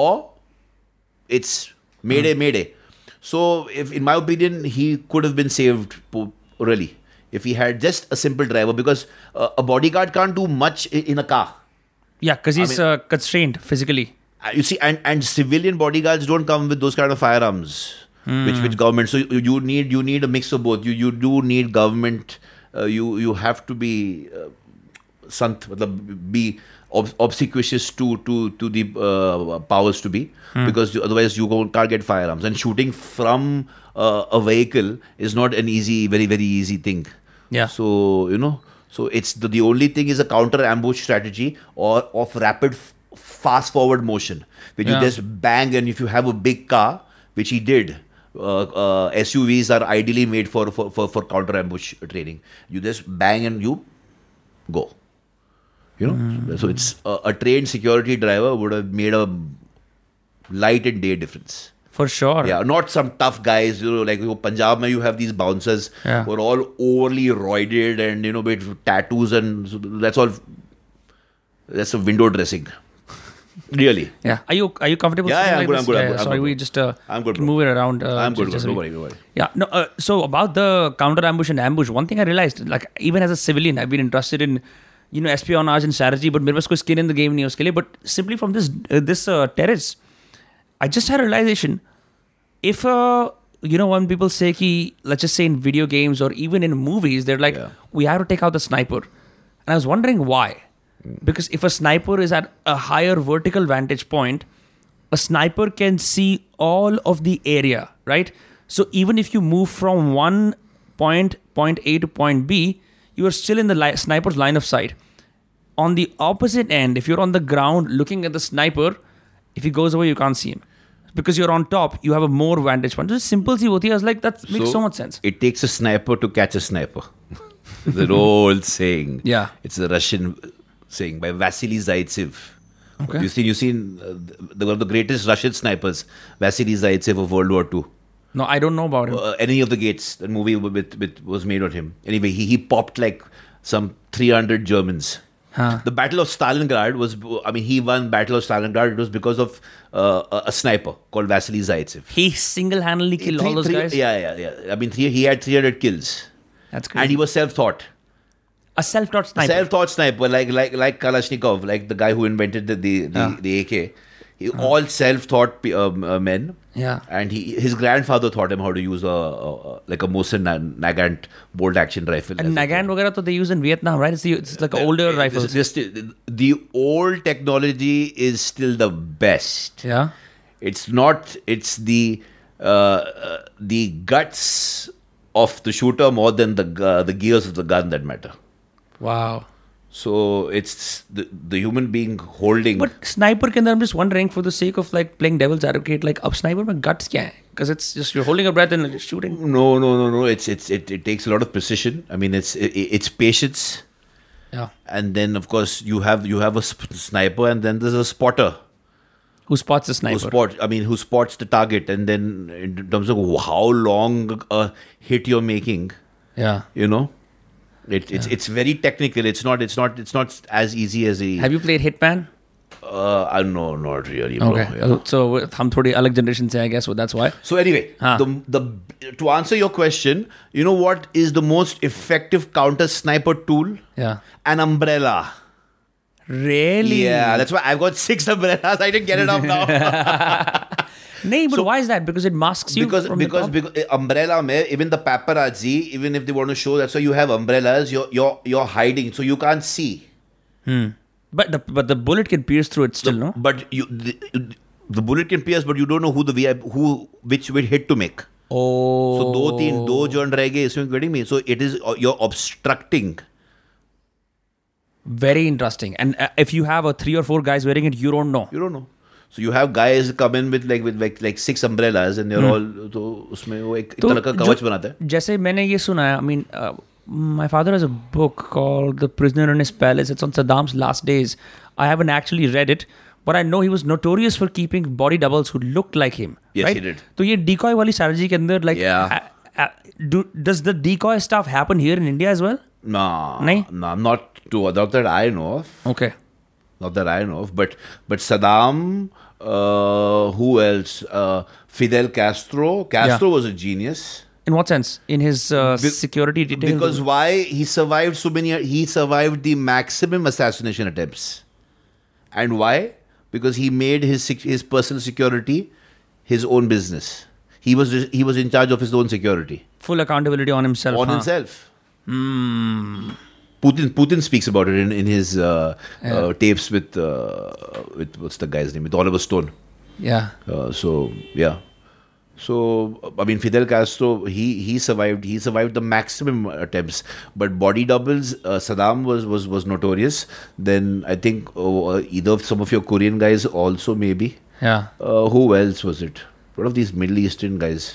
B: or it's mayday mayday so if in my opinion he could have been saved po- really if he had just a simple driver because uh, a bodyguard can't do much i- in a car
A: yeah because he's uh, constrained physically
B: Uh, you see and and civilian bodyguards don't come with those kind of firearms which which government so you, you need you need a mix of both you you do need government uh, you you have to be uh, sant matlab, be ob- obsequious to to to the uh, powers to be because you, otherwise you won't- can't get firearms and shooting from uh, a vehicle is not an easy very very easy thing
A: Yeah.
B: so you know so it's the, the only thing is a counter ambush strategy or of rapid f- fast forward motion where you
A: Yeah.
B: just bang and if you have a big car which he did uh, uh, SUVs are ideally made for, for, for, for counter ambush training. You just bang and you go. You know,
A: Mm.
B: so it's a, a trained security driver would have made a light and day difference.
A: for sure
B: Yeah, not some tough guys. You know, like you know, Punjab, mein you have these bouncers
A: Yeah.
B: who are all overly roided and you know, with tattoos and so that's all. That's a window
A: <laughs>
B: dressing. Really,
A: Yeah. Are you are you comfortable?
B: Yeah,
A: speaking
B: yeah,
A: like
B: I'm good,
A: this?
B: I'm good, I'm good, I'm
A: Sorry,
B: good,
A: we
B: bro.
A: just uh,
B: I'm good,
A: can
B: bro.
A: move it around. Uh,
B: I'm good.
A: just-
B: Bro.
A: just-
B: Don't worry, don't worry.
A: Yeah. No. Uh, so about the counter ambush and ambush, one thing I realized, like even as a civilian, I've been interested in, you know, espionage and strategy, but मेरे पास कोई skin in the game नहीं है उसके लिए. But simply from this uh, this uh, terrace, I just had a realization. If uh, you know, when people say ki, let's just say in video games or even in movies, they're like,
B: Yeah.
A: we have to take out the sniper. And I was wondering why. Because if a sniper is at a higher vertical vantage point, a sniper can see all of the area, right? So even if you move from one point, point A to point B, you are still in the li- sniper's line of sight. On the opposite end, if you're on the ground looking at the sniper, if he goes away, you can't see him. Because you're on top, you have a more vantage point. Just simple see what I was like, that makes so, much sense.
B: It takes a sniper to catch a sniper. <laughs> It's an old saying.
A: Yeah.
B: It's a Russian saying by Vasily Zaitsev.
A: Okay.
B: You see, you seen uh, the, one of the greatest Russian snipers, Vasily Zaitsev of World War II.
A: No, I don't know about him.
B: uh, any of the gates. That movie with, with, with- was made on him. Anyway, he, he popped like some 300 Germans.
A: Huh.
B: The Battle of Stalingrad was, I mean, he won Battle of Stalingrad. It was because of uh, a, a sniper called Vasily Zaitsev.
A: He single-handedly killed all
B: Three-
A: those
B: three-
A: guys.
B: Yeah, yeah, yeah. I mean, three, he had 300 kills.
A: That's crazy.
B: And he was self-taught.
A: a self-taught sniper.
B: Self-taught sniper, like like like Kalashnikov, like the guy who invented the the, the,
A: Yeah.
B: the AK. He, All self-taught pe- um, uh, men.
A: Yeah.
B: And he his grandfather taught him how to use a, a, a like a Mosin Nag- Nagant bolt-action rifle.
A: And
B: as a-
A: Nagant वगैरह तो they use in Vietnam, right? It's, the, it's like older
B: This-
A: rifles.
B: this- the- the old technology is still the best.
A: yeah.
B: It's not. It's the uh, uh, the guts of the shooter more than the gu- the gears of the gun that matter.
A: Wow.
B: So it's the, the human being holding.
A: But sniper के अंदर I'm just wondering for the sake of like playing devil's advocate like अब sniper में guts क्या है? Because it's just you're holding your breath and like, shooting.
B: no, no, no, no. It's it's it, it takes a lot of precision. I mean, it's it, it's patience,
A: Yeah.
B: and then of course you have you have a s- sniper, and then there's a spotter.
A: Who spots the
B: who
A: sniper?
B: spots i mean who spots the target and then in terms of how long a hit you're making
A: yeah.
B: you know it, it's it's very technical it's not it's not it's not as easy as a
A: Have you played Hitman?
B: uh, i know not really bro.
A: Okay.
B: Yeah.
A: So हम थोड़ी अलग generation से हैं, I guess so that's why.
B: so anyway
A: Huh.
B: the the to answer your question you know what is the most effective counter sniper tool
A: Yeah.
B: an umbrella
A: Really?
B: yeah that's why i've got <laughs> six umbrellas i didn't get it up now
A: नहीं, but why is that? Because it masks <laughs> you
B: because
A: from the
B: because
A: top?
B: because uh, umbrella mein, even the paparazzi even if they want to show that's why you have umbrellas you're you're you're hiding so you can't see
A: but the but the bullet can pierce through it still, no?
B: but you the, the bullet can pierce but you don't know who the VIP, who which which hit to make
A: Oh.
B: so do teen do joint रह गए इसमें getting me so it is uh, you're obstructing
A: Very interesting. And uh, if you have a three or four guys wearing it, you don't know.
B: you don't know so you have guys come in with like with like like six umbrellas and they're all तो उसमें वो एक एक
A: तो
B: तरह का
A: जो-
B: कवच बनाता है
A: जैसे मैंने ये सुना है uh, I mean my father has a book called the prisoner in his palace it's on Saddam's last days I haven't actually read it but I know he was notorious for keeping body doubles who look like him
B: Yes, he did.
A: तो ये decoy वाली strategy के अंदर uh,
B: Yeah.
A: Like does the decoy stuff happen here in India as well?
B: nah
A: नहीं?
B: nah not to not that I know of
A: Okay.
B: not that I know of, but but Saddam, uh, who else? Uh, Fidel Castro. Castro was a genius
A: In what sense? In his uh, security detail.
B: because why he survived so many? He survived the maximum assassination attempts, and why? Because he made his sec- his personal security his own business. He was he was in charge of his own security
A: full accountability on himself.
B: on
A: हाँ.
B: himself.
A: Hmm.
B: Putin Putin speaks about it in in his uh, uh, tapes with uh, with what's the guy's name with Oliver Stone.
A: Yeah.
B: Uh, so yeah so i mean fidel castro he he survived he survived the maximum attempts but body doubles uh, saddam was was was notorious then i think oh, uh, either some of your korean guys also maybe
A: Yeah.
B: uh, who else was it one of these middle eastern guys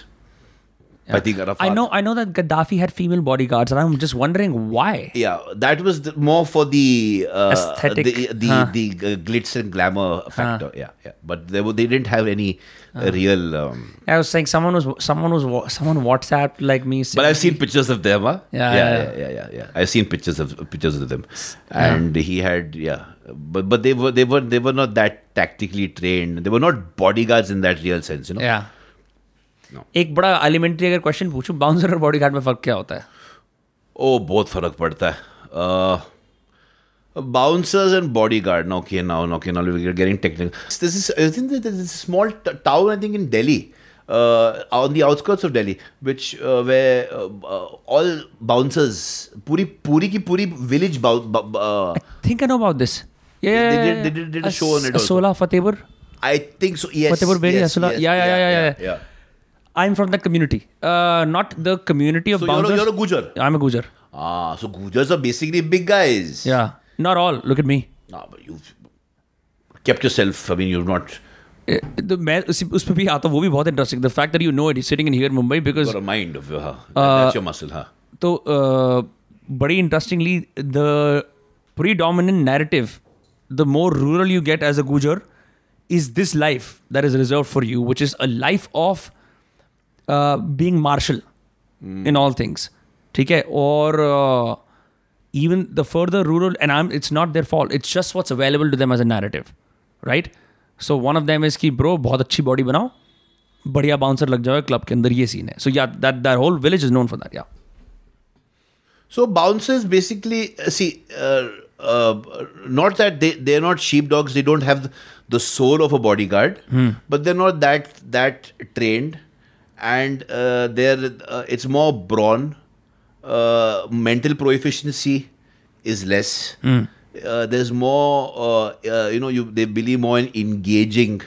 B: i think Arafat.
A: I know I know that Gaddafi had female bodyguards and I'm just wondering why.
B: yeah that was the, more for the uh,
A: Aesthetic,
B: the the,
A: huh.
B: the uh, glitz and glamour factor yeah yeah but they were, they didn't have any
A: Uh-huh.
B: uh, real um,
A: I was saying someone was someone was wa- someone WhatsApp like me saying
B: But I've seen pictures of them. Huh?
A: Yeah,
B: yeah,
A: yeah,
B: yeah, yeah, yeah, yeah. I've seen pictures of pictures of them, and he had yeah, but but they were they were they were not that tactically trained. They were not bodyguards in that real sense, you know.
A: yeah. एक बड़ा elementary अगर question पूछूं bouncer और bodyguard में फर्क क्या होता है
B: Oh, बहुत फर्क पड़ता है. Uh, Bouncers and bodyguard. Now, okay, now, okay, now we're getting technical. This is isn't it, there's a small t- town I think in Delhi, uh, on the outskirts of Delhi, which uh, where uh, uh, all bouncers, puri puri ki puri village bou- bou- uh,
A: think I know about this
B: They did- they did- did a show on it also.
A: Sola Fatehpur
B: I think so. Yes.
A: Fatehpur Beri,
B: yes,
A: Asula-
B: yes,
A: yeah, yeah, yeah, yeah, yeah.
B: yeah.
A: I am from that community not the community of
B: So you're a, you're a
A: bouncers
B: Gujar.
A: I am a Gujar
B: Ah, so Gujars are basically big guys.
A: या not all look at me
B: Ah, but you've kept yourself. I mean, you've not
A: Uh, मैं उस उस पे भी आता हूं, वो भी बहुत interesting the fact that you know it sitting in here Mumbai because
B: got a mind of your. Huh?
A: Uh,
B: That's your muscle, huh?
A: तो अ, बड़ी interestingly the predominant narrative the more rural you get as a gujar is this life that is reserved for you which is a life of uh, being martial in all things ठीक है और uh, even the further rural and I'm, it's not their fault it's just what's available to them as a narrative right so one of them is कि bro बहुत अच्छी body बनाओ बढ़िया bouncer लग जाओ क्लब के अंदर ये सीन है so yeah that that whole village is known for that yeah
B: So bouncers basically uh, see. Uh, uh, not that they they're not sheepdogs. They don't have the soul of a bodyguard, but they're not that that trained, and uh, they're uh, it's more brawn. Uh, mental proficiency is less. Uh, there's more. Uh, uh, you know, you they believe more in engaging.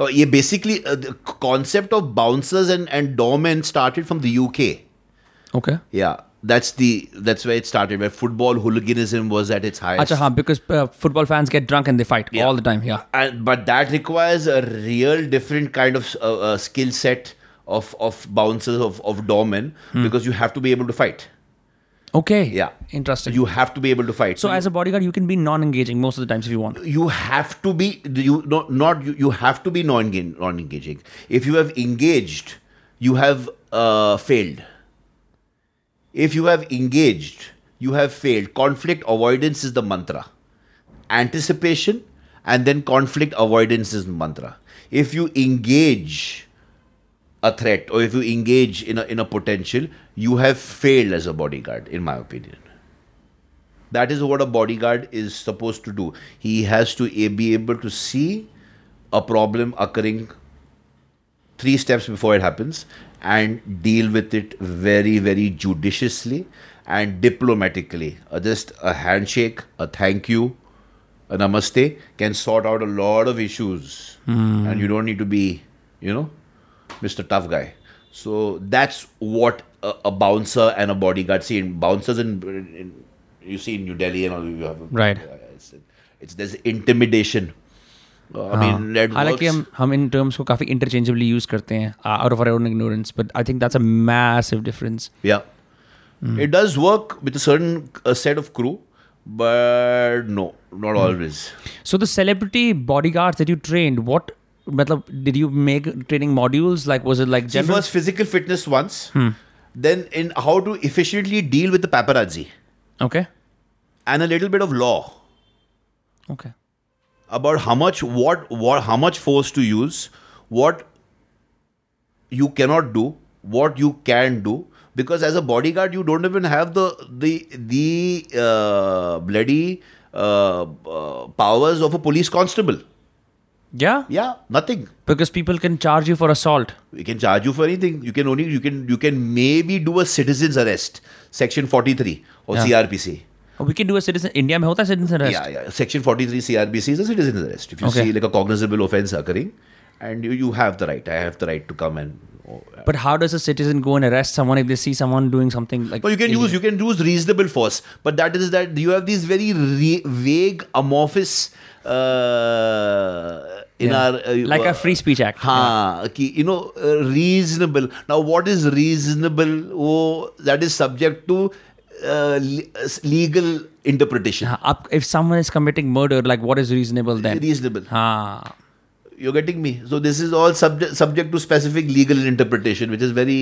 B: So yeah, basically, uh, the concept of bouncers and and doormen started from the UK.
A: Okay.
B: Yeah, that's the that's where it started. Where football hooliganism was at its highest.
A: Acha, haan, because uh, football fans get drunk and they fight
B: Yeah.
A: all the time. Yeah.
B: And, but that requires a real different kind of uh, uh, skill
A: Hmm.
B: set of of bouncers of of doormen because you have to be able to fight.
A: Okay.
B: Yeah.
A: Interesting.
B: You have to be able to fight.
A: so, as a bodyguard, you can be non-engaging most of the times if you want.
B: you have to be you not not you, you have to be non non engaging. If you have engaged, you have uh, failed. If you have engaged, you have failed. Conflict avoidance is the mantra. Anticipation and then conflict avoidance is the mantra. If you engage a threat or if you engage in a in a potential, you have failed as a bodyguard, in my opinion. That is what a bodyguard is supposed to do. He has to a- be able to see a problem occurring three steps before it happens and deal with it very, very judiciously and diplomatically. Uh, just a handshake, a thank you, a namaste can sort out a lot of issues. And you don't need to be, you know, Mr. Tough Guy. So that's what a, a bouncer and a bodyguard see. In bouncers in, in you see in New Delhi and all you have
A: Right.
B: Yeah, It's, it's there's intimidation. Uh, I mean, that
A: हालांकि
B: works.
A: हम हम in terms को काफी interchangeably use करते हैं out of our own ignorance but I think that's a massive difference
B: Yeah.
A: Hmm.
B: It does work with a certain uh, set of crew, but no, not
A: Hmm.
B: always.
A: So the celebrity bodyguards that you trained, what matlab, did you make training modules? Like was it like
B: See,
A: general? Hmm.
B: first physical fitness once, then in how to efficiently deal with the paparazzi,
A: okay.
B: and a little bit of law
A: Okay.
B: about how much what what how much force to use, what you cannot do, what you can do. Because as a bodyguard, you don't even have the the the uh, bloody uh, uh, powers of a police constable.
A: Yeah.
B: Yeah, nothing.
A: Because people can charge you for assault.
B: We can charge you for anything. You can only you can you can maybe do a citizen's arrest, section forty three or
A: Yeah.
B: CRPC.
A: We can do a citizen India में होता है citizen arrest.
B: Yeah, yeah. Section forty three CRPC is a citizen's arrest. If you
A: Okay.
B: see like a cognizable offence occurring, and you, you have the right. I have the right to come and.
A: But how does a citizen go and arrest someone if they see someone doing something like?
B: But you can use you can use reasonable force, but that is that you have these very re- vague amorphous uh, in
A: Yeah.
B: our uh,
A: like a
B: uh,
A: free speech act.
B: हाँ कि you know reasonable now what is reasonable वो that is subject to uh, legal interpretation
A: हाँ, आप- uh, if someone is committing murder, like what is reasonable then? Ah.
B: Reasonable
A: हाँ.
B: You getting me so this is all subject to specific legal interpretation which is very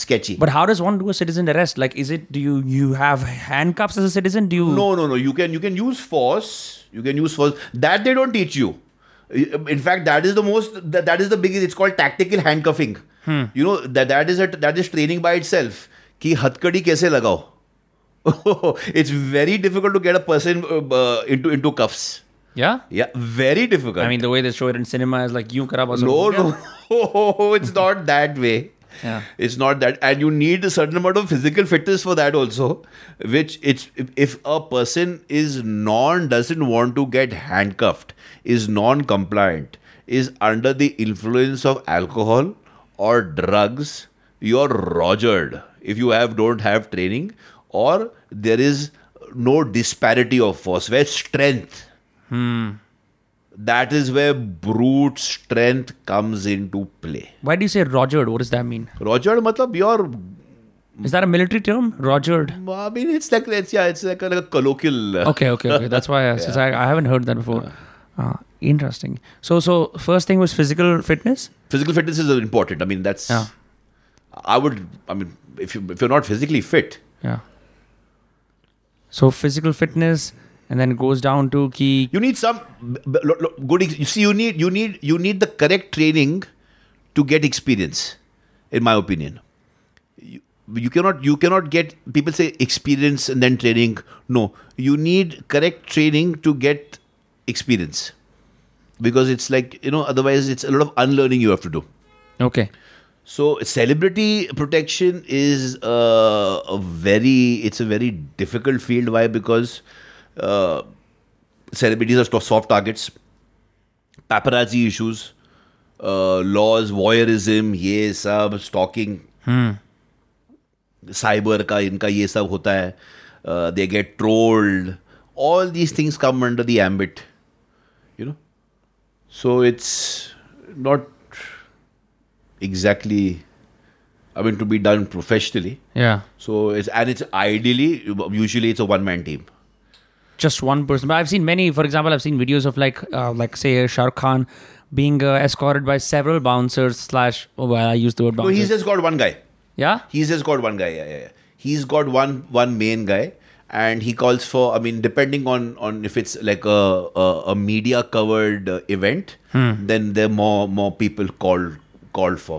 B: sketchy
A: Uh-huh. But how does one do a citizen arrest? Like, is it do you you have handcuffs as a citizen? Do you?
B: No, no, no. You can you can use force. You can use force. That they don't teach you. um, In fact, that is the most. That, that is the biggest. It's called tactical handcuffing.
A: Hmm.
B: You know that that is a that is training by itself. कि हथकड़ी कैसे लगाओ? <laughs> it's very difficult to get a person uh, uh, into into cuffs.
A: Yeah.
B: Yeah, very difficult.
A: I mean, the way they show it in cinema is like you kara bas- <laughs>
B: no, no, <laughs> it's not that way.
A: Yeah.
B: It's not that, and you need a certain amount of physical fitness for that also. Which it's if, if a person is non doesn't want to get handcuffed, is non compliant, is under the influence of alcohol or drugs, you're rogered if you have don't have training or there is no disparity of force where strength that is where brute strength comes into play.
A: Why do you say rogered? What does that mean?
B: Roger, matlab, your
A: Is that a military term? Rogered.
B: I mean, it's like it's yeah, it's like a, like a colloquial. uh,
A: Okay, okay, okay. That's
B: <laughs>
A: why I, since I, I haven't heard that before. Uh, interesting. So, so first thing was physical fitness.
B: Physical fitness is important. I mean, that's.
A: Yeah.
B: I would. I mean, if you if you're not physically fit,
A: Yeah. So physical fitness, and then it goes down to ki.
B: you need some b- b- lo- lo- good. ex- You see, you need you need you need the correct training to get experience. In my opinion, you, you cannot you cannot get people say experience and then training. No, you need correct training to get experience, because it's like you know. Otherwise, it's a lot of unlearning you have to do.
A: Okay.
B: So celebrity protection is uh, a very it's a very difficult field. Why? Because uh, celebrities are sto- soft targets, paparazzi issues, uh, laws, voyeurism, ये सब stalking, cyber का इनका ये सब होता है. Uh, they get trolled. All these things come under the ambit, you know. So it's not exactly I mean, to be done professionally.
A: Yeah.
B: So it's and it's ideally usually it's a one man team.
A: just one person. But I've seen many. For example, I've seen videos of like, uh, like say Shah Rukh Khan being uh, escorted by several bouncers slash. Oh, well, I use the word
B: No,
A: bouncers.
B: he's just got one guy.
A: yeah.
B: He's just got one guy. Yeah, yeah, yeah. He's got one one main guy, and he calls for. I mean, depending on on if it's like a a, a media covered uh, event,
A: Hmm.
B: then there are more more people called called for.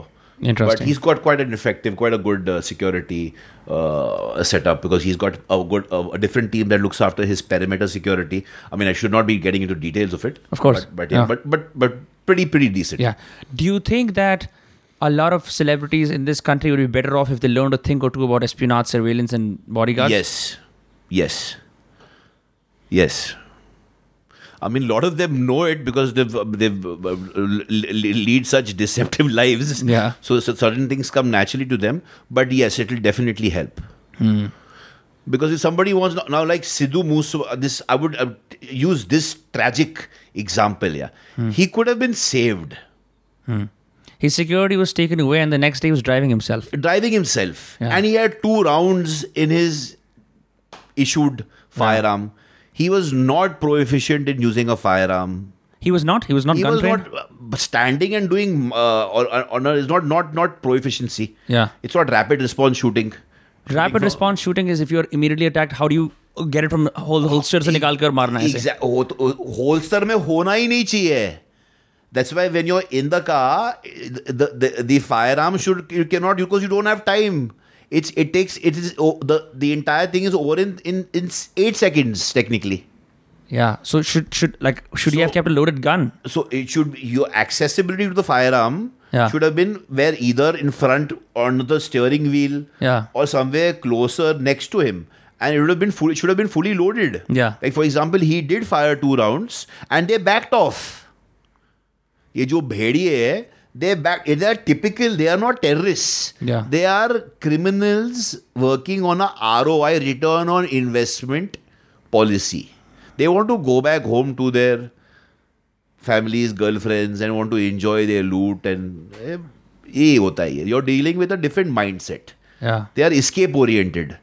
A: Interesting.
B: But he's got quite an effective, quite a good uh, security uh, setup because he's got a good uh, a different team that looks after his perimeter security. I mean, I should not be getting into details of it.
A: Of course.
B: but but yeah,
A: Yeah.
B: but but but pretty pretty decent.
A: Yeah. Do you think that a lot of celebrities in this country would be better off if they learned a thing or two about espionage, surveillance, and bodyguards?
B: Yes. Yes. Yes. I mean, a lot of them know it because they've they've uh, l- l- lead such deceptive <laughs> lives.
A: Yeah.
B: So, so certain things come naturally to them. But yes, it'll definitely help.
A: Hmm.
B: Because if somebody wants now, now like Sidhu Musu, uh, this I would uh, use this tragic example. Yeah,
A: Hmm.
B: he could have been saved.
A: His security was taken away, and the next day he was driving himself.
B: driving himself
A: Yeah.
B: and he had two rounds in his issued firearm he was not proficient in using a firearm
A: He was not. He was not
B: he
A: gun
B: was
A: trained.
B: not uh, but standing and doing uh, or, or, or is not not not proficiency
A: Yeah.
B: it's not rapid response shooting
A: Rapid response shooting is if you're immediately attacked. How do you get it from hol- holster से निकाल कर मारना है ऐसे?
B: Exact- हो- तो- holster में होना ही नहीं चाहिए That's why when you're in the car, the the, the firearm should you cannot because you don't have time. It's it takes it is oh, the the entire thing is over in in in s- eight seconds technically.
A: Yeah. So should should like should he
B: So-
A: have kept a loaded gun?
B: So it should your accessibility to the firearm
A: Yeah.
B: should have been where either in front on the steering wheel
A: Yeah.
B: or somewhere closer next to him. And it would have been full, it should have been fully loaded.
A: Yeah.
B: Like for example, he did fire two rounds and they backed off. ये जो भेड़िए है they back they are typical they are not terrorists
A: Yeah.
B: they are criminals working on a ROI return on investment policy they want to go back home to their families girlfriends and want to enjoy their loot and eh, ये होता ही है you're dealing with a different mindset
A: Yeah.
B: they are escape oriented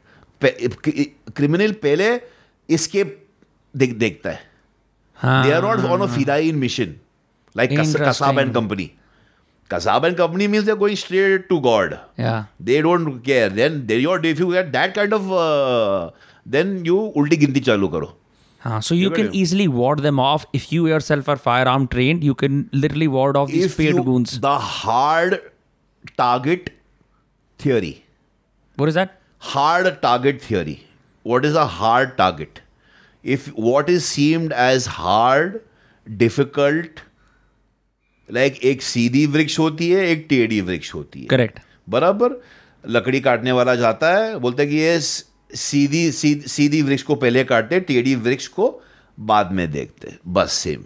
B: eh, criminal पहले escape देख देखता है
A: हाँ.
B: they are not on a fidayin mission like Kas- Kasab
A: Interesting.
B: and company. Kasab and company means they're going straight to God.
A: Yeah.
B: They don't care. Then they, your if you get that kind of uh, then you ulti ginti chalu karo.
A: Ah, so you
B: got
A: can
B: it.
A: easily ward them off if you yourself are firearm trained. You can literally ward off these
B: If
A: paid
B: you-
A: goons.
B: the hard target theory.
A: What is that?
B: hard target theory what is a hard target if what is seemed as hard difficult like एक सीधी वृक्ष होती है एक टेढ़ी वृक्ष होती है
A: Correct.
B: बराबर लकड़ी काटने वाला जाता है बोलता है कि ये स- सीधी सीधी सीधी वृक्ष को पहले काटते टेढ़ी वृक्ष को बाद में देखते बस same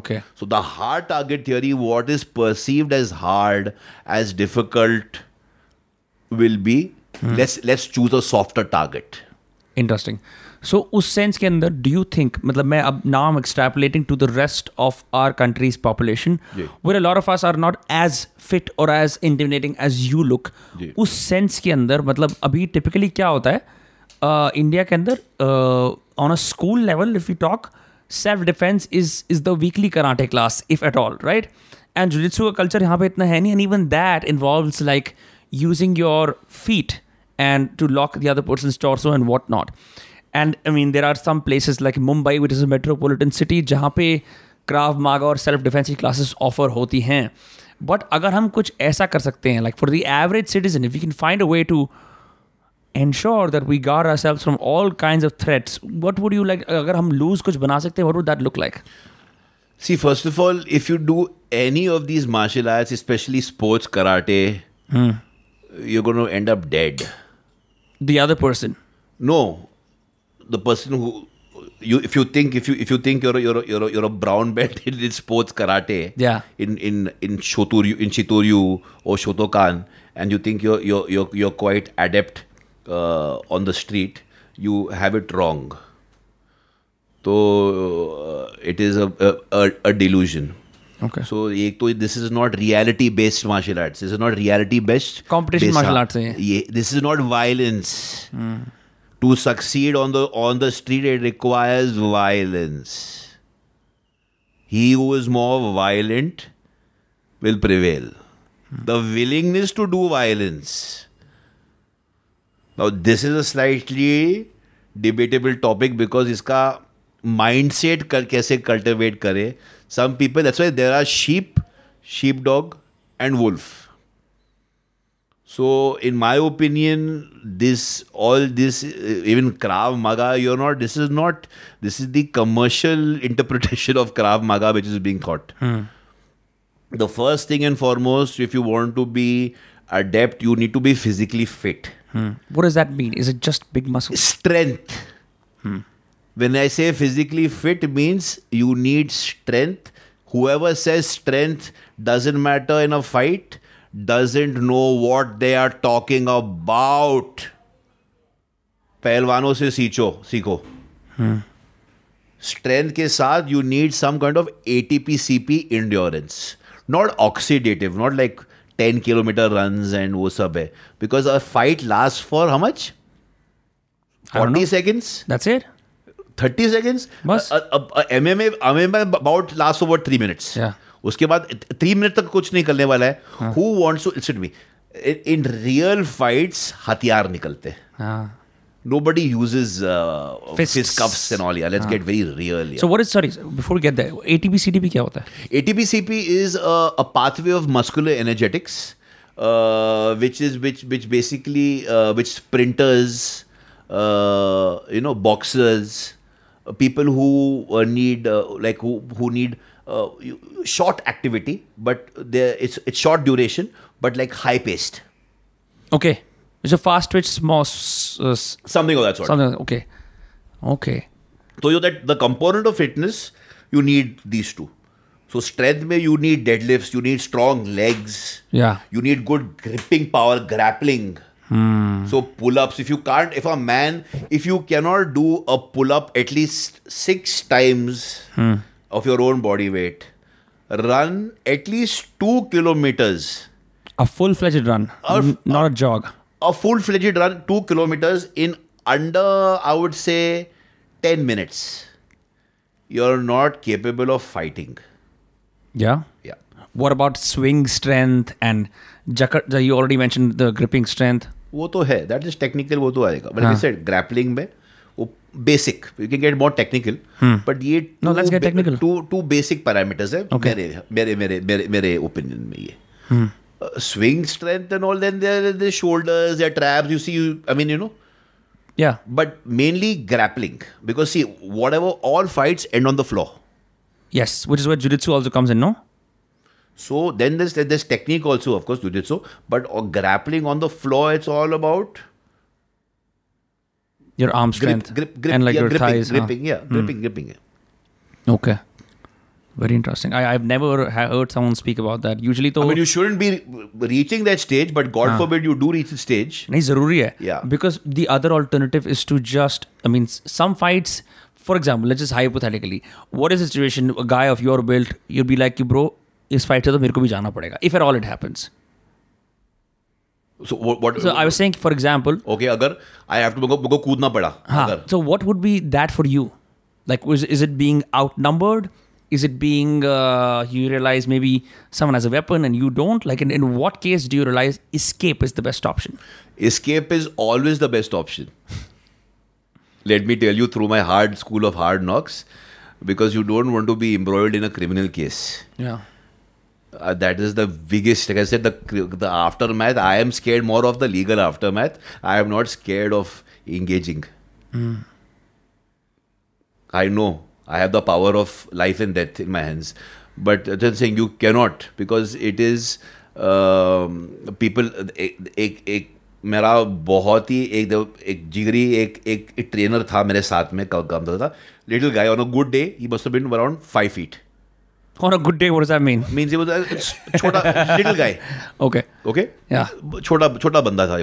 A: Okay.
B: So the hard target theory, what is perceived as hard, as difficult, will be let's let's choose a softer target.
A: Interesting. So उस सेंस के अंदर do you think मतलब मैं अब now I'm extrapolating to the rest of our country's population
B: ji.
A: where a lot of us are not as fit or as intimidating as you look
B: जी.
A: उस sense के अंदर मतलब अभी typically क्या होता है uh, इंडिया के अंदर uh, on a school level if you talk self defence is is the weekly karate class if at all right and jujitsu का कल्चर यहाँ पे इतना है नहीं and even that involves like using your feet and to lock the other person's torso and whatnot. And I mean, there are some places like Mumbai, which is a metropolitan city, जहाँ पे Krav Maga और self defence की classes offer होती हैं but अगर हम कुछ ऐसा कर सकते हैं like for the average citizen if you can find a way to ensure that we guard ourselves from all kind of threats what would you like अगर हम लूज कुछ बना सकते हैं what would that look like
B: See, first of all, if you do any of these martial arts, especially sports karate, you're going to end up dead.
A: The other person
B: No, the person who you if you think if you if you think you're a, you're a, you're a, you're a brown <laughs> belt in, in sports karate
A: Yeah.
B: in in in shotoryu in shitoryu or shotokan and you think you're you're you're, you're quite adept uh, on the street you have it wrong so uh, it is a, a a a delusion
A: Okay.
B: So एक तो this is not reality based martial arts this is not reality based
A: Competition martial arts Hmm. है ये।
B: ये this is not violence to succeed on the on the street it requires violence he who is more violent will prevail
A: Hmm.
B: The willingness to do violence now this is a slightly debatable topic because इसका mind set कर कैसे cultivate करे some people that's why there are sheep sheep dog and wolf so in my opinion this all this even Krav Maga you are not this is not this is the <laughs> commercial interpretation of Krav Maga which is being thought the first thing and foremost if you want to be adept you need to be physically fit
A: What does that mean? Is it just big muscles?
B: strength when i say physically fit means you need strength whoever says strength doesn't matter in a fight doesn't know what they are talking about पहलवानों से सींचो सीखो strength के साथ you need some kind of A T P C P endurance not oxidative not like ten kilometre run and वो सब है because a fight last for how much
A: don't know.
B: Forty seconds
A: That's it.
B: Thirty seconds
A: बस।
B: Um um um um about last over three minutes
A: Yeah. हाँ।
B: उसके बाद three minute तक कुछ नहीं करने वाला है who wants to it me in real fights हथियार निकलते हैं
A: Ah.
B: Nobody uses uh,
A: Fists. हाँ।
B: fist cuffs and all. Yeah, let's get very real. Yeah.
A: So what is sorry? Before we get there, ATP CTP क्या होता है?
B: ATPCP is a, a pathway of muscular energetics, uh, which is which which basically uh, which sprinters, uh, you know, boxers, uh, people who uh, need uh, like who who need uh, you- short activity, but there it's it's short duration, but like high paced,
A: Okay. It's a fast twitch small s- uh, s-
B: something of that sort.
A: something. Okay. Okay.
B: So you that the component of fitness, you need these two. So strength may you need deadlifts, you need strong legs.
A: Yeah.
B: You need good gripping power, grappling. So pull-ups. If you can't, if a man, if you cannot do a pull-up at least six times of your own body weight, run at least two kilometers.
A: A full-fledged run, n- not a jog.
B: A full-fledged run, two kilometers in under, I would say, ten minutes. You're not capable of fighting.
A: Yeah.
B: Yeah.
A: What about swing strength and Jakarta? You already mentioned the gripping strength.
B: वो तो है that is technical वो तो आएगा
A: हाँ।
B: But said grappling में वो basic you can get more technical but ये
A: हम्म। No, let's get technical.
B: Two two basic parameters है मेरे मेरे मेरे मेरे मेरे ओपिनियन में ये
A: हम्म।
B: Uh, swing strength and all then there the shoulders या traps you see I mean you know
A: Yeah.
B: But mainly grappling because see whatever all fights end on the floor
A: Yes, which is where jujitsu also comes in. No.
B: So then there's there's technique also, of course, jujitsu. But uh, grappling on the floor, it's all about
A: Your arm strength
B: grip, grip, grip,
A: and like
B: yeah,
A: your
B: gripping,
A: thighs. huh? Hmm.
B: gripping, yeah, gripping, gripping. yeah.
A: Okay. Very interesting. I, I've never ha- heard someone speak about that. Usually, तो
B: I mean, you shouldn't be re- reaching that stage, but God forbid you do reach the stage.
A: नहीं जरूरी है
B: Yeah.
A: Because the other alternative is to just I mean some fights for example let's just hypothetically what is situation guy of your built you be like कि bro इस fight से तो मेरे को भी जाना पड़ेगा if at all it happens
B: So what? what
A: so I was saying for example
B: okay, अगर I have to मुझको मुझको कूदना पड़ा
A: हाँ
B: अगर
A: so what would be that for you like is it being outnumbered is it being uh, you realize maybe someone has a weapon and you don't like in, in what case do you realize escape is the best option
B: escape is always the best option. Let me tell you through my hard school of hard knocks, because you don't want to be embroiled in a criminal case.
A: yeah
B: Uh, that is the biggest. Like I said, the cr- the aftermath. I am scared more of the legal aftermath. I am not scared of engaging. I know I have the power of life and death in my hands, but uh, just saying you cannot because it is um, people. एक एक, एक मेरा बहुत ही एक एक जिगरी एक एक, एक ट्रेनर था मेरे साथ में काम काम करता था little guy on a good day he must been around five feet
A: on a good day what does that mean
B: means छोटा little guy
A: okay
B: okay
A: Yeah.
B: छोटा छोटा बंदा था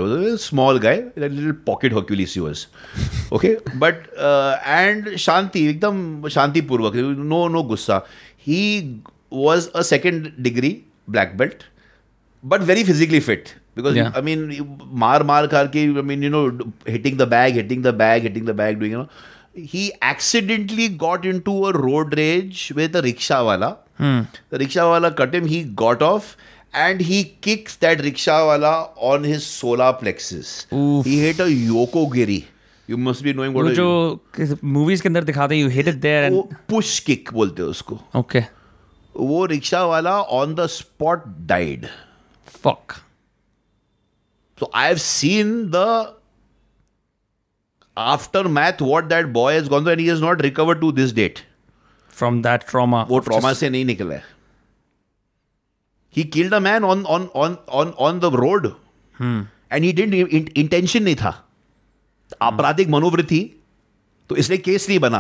B: small guy little pocket Hercules use okay but and शांति एकदम शांतिपूर्वक no no गुस्सा he was a second degree black belt, but very physically fit. Because
A: Yeah.
B: I mean, you- maar maar karke, I mean, you know, d- hitting the bag, hitting the bag, hitting the bag, doing you know. He accidentally got into a road rage with a rickshaw wala.
A: Hmm.
B: The rickshaw wala cut him. He got off. And he kicks that rickshaw wala on his solar plexus.
A: Oof.
B: He hit a yokogiri. You must be knowing what
A: वो
B: a
A: जो movies के अंदर दिखाते हैं you hit it there
B: वो
A: and
B: push kick बोलते हैं उसको
A: ओके
B: वो रिक्शा वाला on the spot died
A: fuck
B: so I have seen the aftermath what that boy has gone through and he has not recover to this date
A: from that trauma
B: वो trauma से नहीं निकला है he killed a man on on on on on the road and he didn't intention नहीं था आपराधिक मनोवृत्ति तो इसलिए केस नहीं बना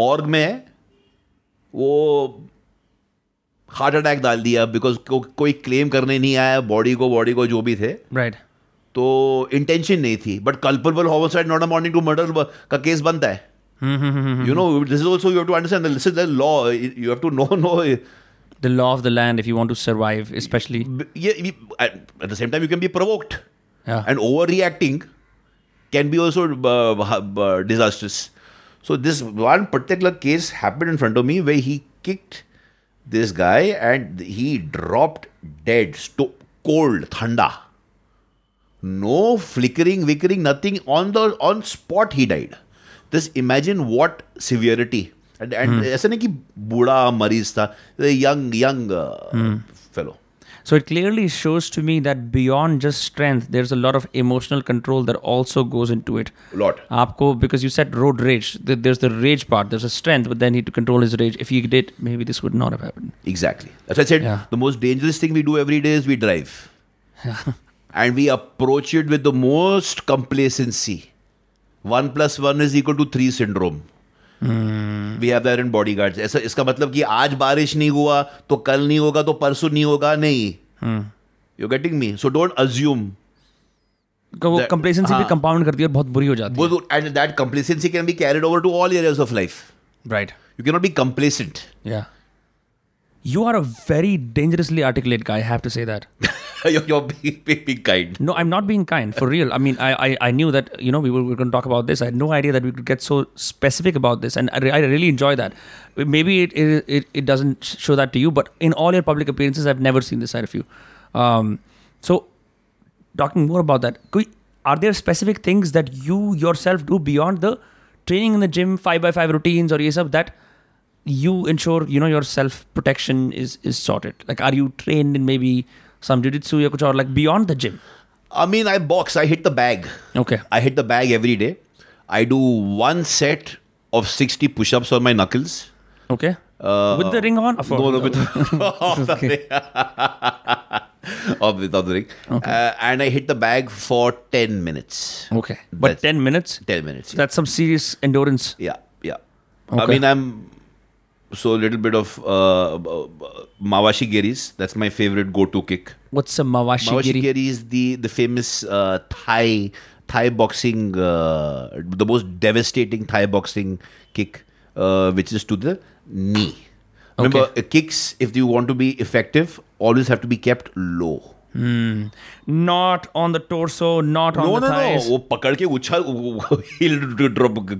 B: मॉर्ग में वो हार्ट अटैक डाल दिया बिकॉज को, कोई क्लेम करने नहीं आया बॉडी को बॉडी को जो भी थे
A: राइट
B: तो इंटेंशन नहीं थी but culpable homicide not amounting to murder का केस बनता है you know this is also you have to understand that this is the law you have to know know
A: the law of the land if you want to survive specially
B: yeah, we- at at the same time you can be provoked
A: Yeah.
B: and overreacting can be also uh, uh, disastrous so this one particular case happened in front of me where he kicked this guy and he dropped dead sto- cold thanda no flickering wickering nothing on the on spot he died just imagine what severity and, and ऐसा नहीं कि बूढ़ा मरीज था young young fellow
A: So it clearly shows to me that beyond just strength, there's a lot of emotional control that also goes into it.
B: Lot
A: Aapko, because you said road rage, th- there's the rage part, there's a strength, but then he had to control his rage. If he did, maybe this would not have happened.
B: Exactly. As I said,
A: Yeah.
B: the most dangerous thing we do every day is we drive. and we approach it with the most complacency. One plus one is equal to three syndrome. We have that in bodyguards ऐसा इसका मतलब कि आज बारिश नहीं हुआ तो कल नहीं होगा तो परसों नहीं होगा नहीं you getting me so don't assume
A: का वो
B: That-
A: complacency भी
B: हाँ।
A: compound करती है और बहुत बुरी हो जाती
B: वो तो, and that complacency can be carried over to all areas of life
A: है right
B: you can not be <laughs> complacent
A: या you are a very dangerously articulate guy have to say that
B: your big kind
A: No, I'm not being kind for real. I mean, I, I, I knew that you know we were, we were going to talk about this. I had no idea that we could get so specific about this, and I, re- I really enjoy that. Maybe it, it it it doesn't sh- show that to you, but in all your public appearances, I've never seen this side of you. Um, so, talking more about that, could, are there specific things that you yourself do beyond the training in the gym, five by five routines, or yourself that? you ensure you know your self protection is is sorted like are you trained in maybe some jiu-jitsu or kuch aur, like beyond the gym
B: I mean I box I hit the bag
A: okay
B: I hit the bag every day. I do one set of 60 push ups on my knuckles.
A: Okay. with the ring on? Of
B: Uh, No,
A: course.
B: no, with,
A: <laughs>
B: <laughs> or without the ring. Uh, and I hit the bag for 10 minutes.
A: Okay. But
B: That's-
A: 10 minutes?
B: 10 minutes.
A: That's some serious endurance.
B: yeah, yeah. I
A: Okay.
B: mean, I'm so a little bit of uh, uh, Mawashi Geris. That's my favorite go to kick.
A: What's a Mawashi,
B: Mawashi
A: Giri?
B: Giri is the the famous uh, Thai Thai boxing, uh, the most devastating Thai boxing kick, uh, which is to the knee. Remember, uh, kicks if you want to be effective, always have to be kept low.
A: Not on the torso, not on
B: No,
A: the
B: no, no.
A: thighs.
B: वो पकड़ के उछल, he'll drop,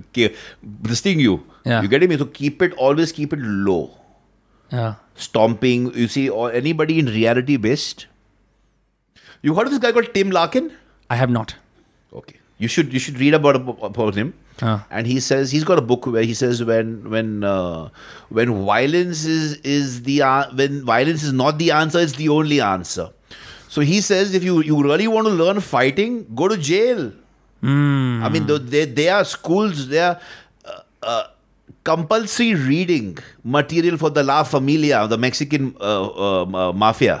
B: this thing you.
A: Yeah.
B: You getting me? So keep it, always keep it low.
A: Yeah.
B: Stomping, you see, or anybody in reality based. You heard of this guy called Tim Larkin?
A: I have not.
B: Okay. You should you should read about about him.
A: Ah.
B: And he says he's got a book where he says when when uh, when violence is is the a- when violence is not the answer, it's the only answer. So he says if you you really want to learn fighting, go to jail. I mean, though they they are schools, they are. Uh, uh, compulsory reading material for the La Familia, the Mexican uh, um, uh, mafia,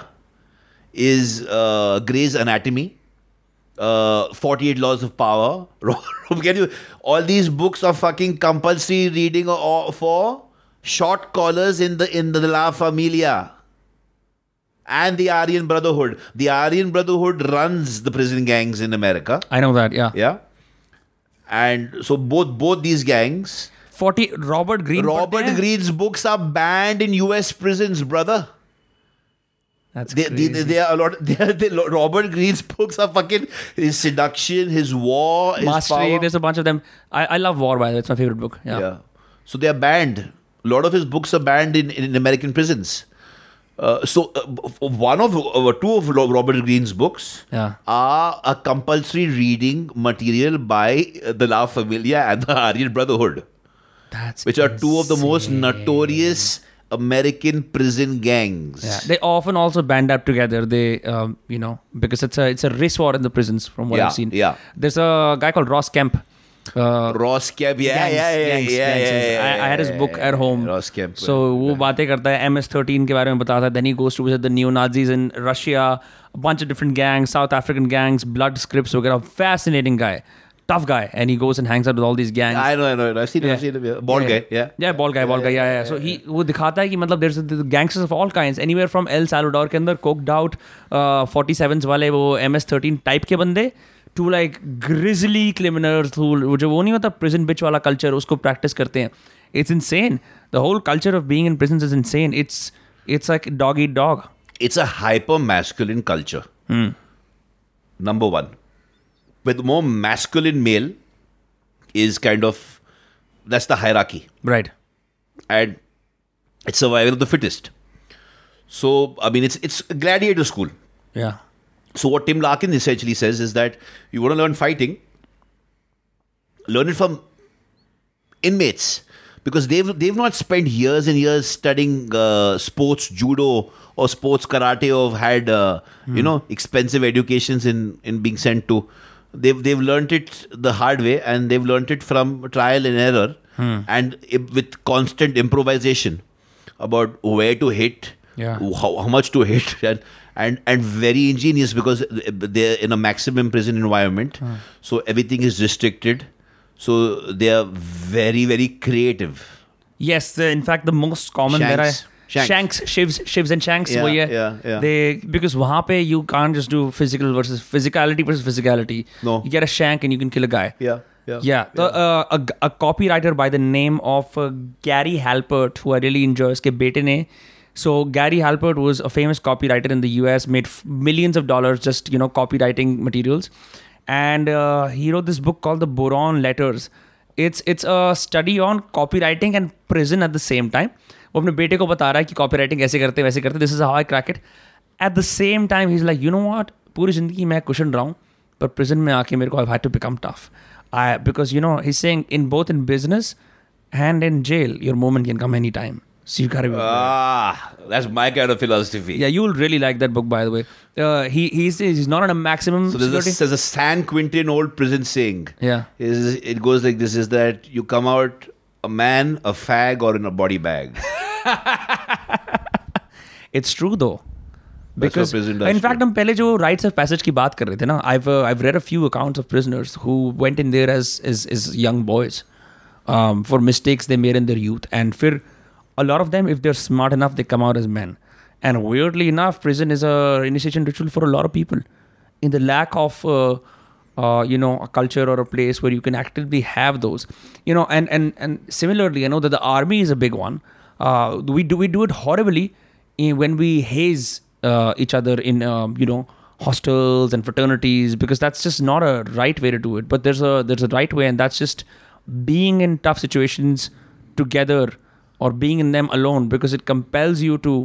B: is uh, Grey's Anatomy uh, 48 Laws of Power. <laughs> Can you? All these books are fucking compulsory reading or, for short callers in the in the La Familia and the Aryan Brotherhood. The Aryan Brotherhood runs the prison gangs in America.
A: I know that, yeah.
B: Yeah, and so both both these gangs
A: forty Robert Greene
B: Robert Greene's books are banned in US prisons, brother. They, they, they, they are a lot. <laughs> They are, they, Robert Greene's books are fucking his seduction, his war, his
A: mastery.
B: power.
A: There's a bunch of them. I, I love War by the way. It's my favorite book. Yeah.
B: Yeah. So they are banned. A lot of his books are banned in, in American prisons. Uh, so uh, b- f- one of uh, two of Ro- Robert Greene's books
A: Yeah.
B: are a compulsory reading material by uh, the La Familia and the Aryan Brotherhood,
A: That's
B: which are two of the most notorious American prison gangs.
A: Yeah. They often also band up together. They, um, you know, because it's a it's a race war in the prisons from what I've
B: Yeah,
A: seen.
B: yeah.
A: There's a guy called Ross Kemp. Uh,
B: Ross Kemp, yeah,
A: gangs,
B: yeah, yeah,
A: gangs,
B: yeah,
A: gangs,
B: yeah,
A: gangs.
B: yeah,
A: I, I had his
B: yeah,
A: book
B: yeah,
A: at home.
B: yeah, Ross Kemp.
A: So वो बातें करता है M S thirteen के बारे में बताता है then he goes to visit the new Nazis in Russia bunch of different gangs south african gangs blood scripts वगैरह fascinating guy tough guy and he goes and hangs out with all these gangs
B: I know, I know, I know. I've seen him, I've seen him. Yeah. Bald guy, yeah.
A: या bald guy bald guy या या so he वो दिखाता है कि मतलब there is gangsters of all kinds anywhere from El Salvador के अंदर कोक्ड आउट 47s वाले वो एमएस 13 टाइप के बंदे टू लाइक ग्रिजली क्रिमिनल्स वो जो वो नहीं होता प्रिजन बिच वाला कल्चर उसको प्रैक्टिस करते हैं it's insane the whole culture of being in prisons is insane it's it's like dog eat dog
B: it's a hyper masculine culture. Number one, with more masculine male is kind of that's the hierarchy,
A: right
B: and it's survival of the fittest. So I mean, it's it's gladiator school.
A: Yeah
B: So what Tim Larkin essentially says is that you want to learn fighting, learn it from inmates because they've they've not spent years and years studying uh, sports judo or sports karate or have had uh, you know expensive educations in in being sent to. They've they've learned it the hard way and they've learned it from trial and error and i- with constant improvisation about where to hit,
A: Yeah.
B: how, how much to hit <laughs> and and and very ingenious because they're in a maximum prison environment so everything is restricted so they are very very creative
A: Yes, the, in fact, the most common there are
B: Shanks. Shanks.
A: shanks, shivs, shivs and shanks.
B: Yeah,
A: वही है.
B: yeah, yeah.
A: They because वहाँ पे you can't just do physical versus physicality versus physicality.
B: No.
A: you get a shank and you can kill a guy.
B: yeah
A: Yeah, the, Uh, a, a copywriter by the name of uh, Gary Halpert, who I really enjoy, उसके बेटे ने so Gary Halpert was a famous copywriter in the US, made f- millions of dollars just you know copywriting materials, and uh, he wrote this book called The Boron Letters. It's it's a study on copywriting and prison at the same time. वो अपने बेटे को बता रहा है कि copywriting ऐसे करते हैं, वैसे करते this is how I crack it at the same time he is like you know what पूरी जिंदगी मैं क्वेश्चन रहा हूँ पर प्रिजन में आके मेरे को I had to become tough I because you know he saying in both in business and in jail your moment can come any time see you
B: ah that's my kind of philosophy
A: Yeah, you will really like that book, by the way. Uh, he he's he's not on a maximum
B: so there's
A: security.
B: a, there's a san quentin old prison saying
A: yeah,
B: is it goes like this is that you come out a man a fag or in a body bag
A: it's true though.
B: That's
A: Because
B: what prison does
A: in
B: to
A: fact,
B: you.
A: हम पहले जो rites of passage की बात कर रहे थे ना, I've uh, I've read a few accounts of prisoners who went in there as as, as young boys um, for mistakes they made in their youth, and फिर a lot of them, if they're smart enough, they come out as men. And weirdly enough, prison is a initiation ritual for a lot of people. In the lack of uh, uh, you know a culture or a place where you can actively have those you know and and and similarly i know that the army is a big one uh, we do we do it horribly in, when we haze uh, each other in um, you know hostels and fraternities because that's just not a right way to do it but there's a there's a right way and that's just being in tough situations together or being in them alone because it compels you to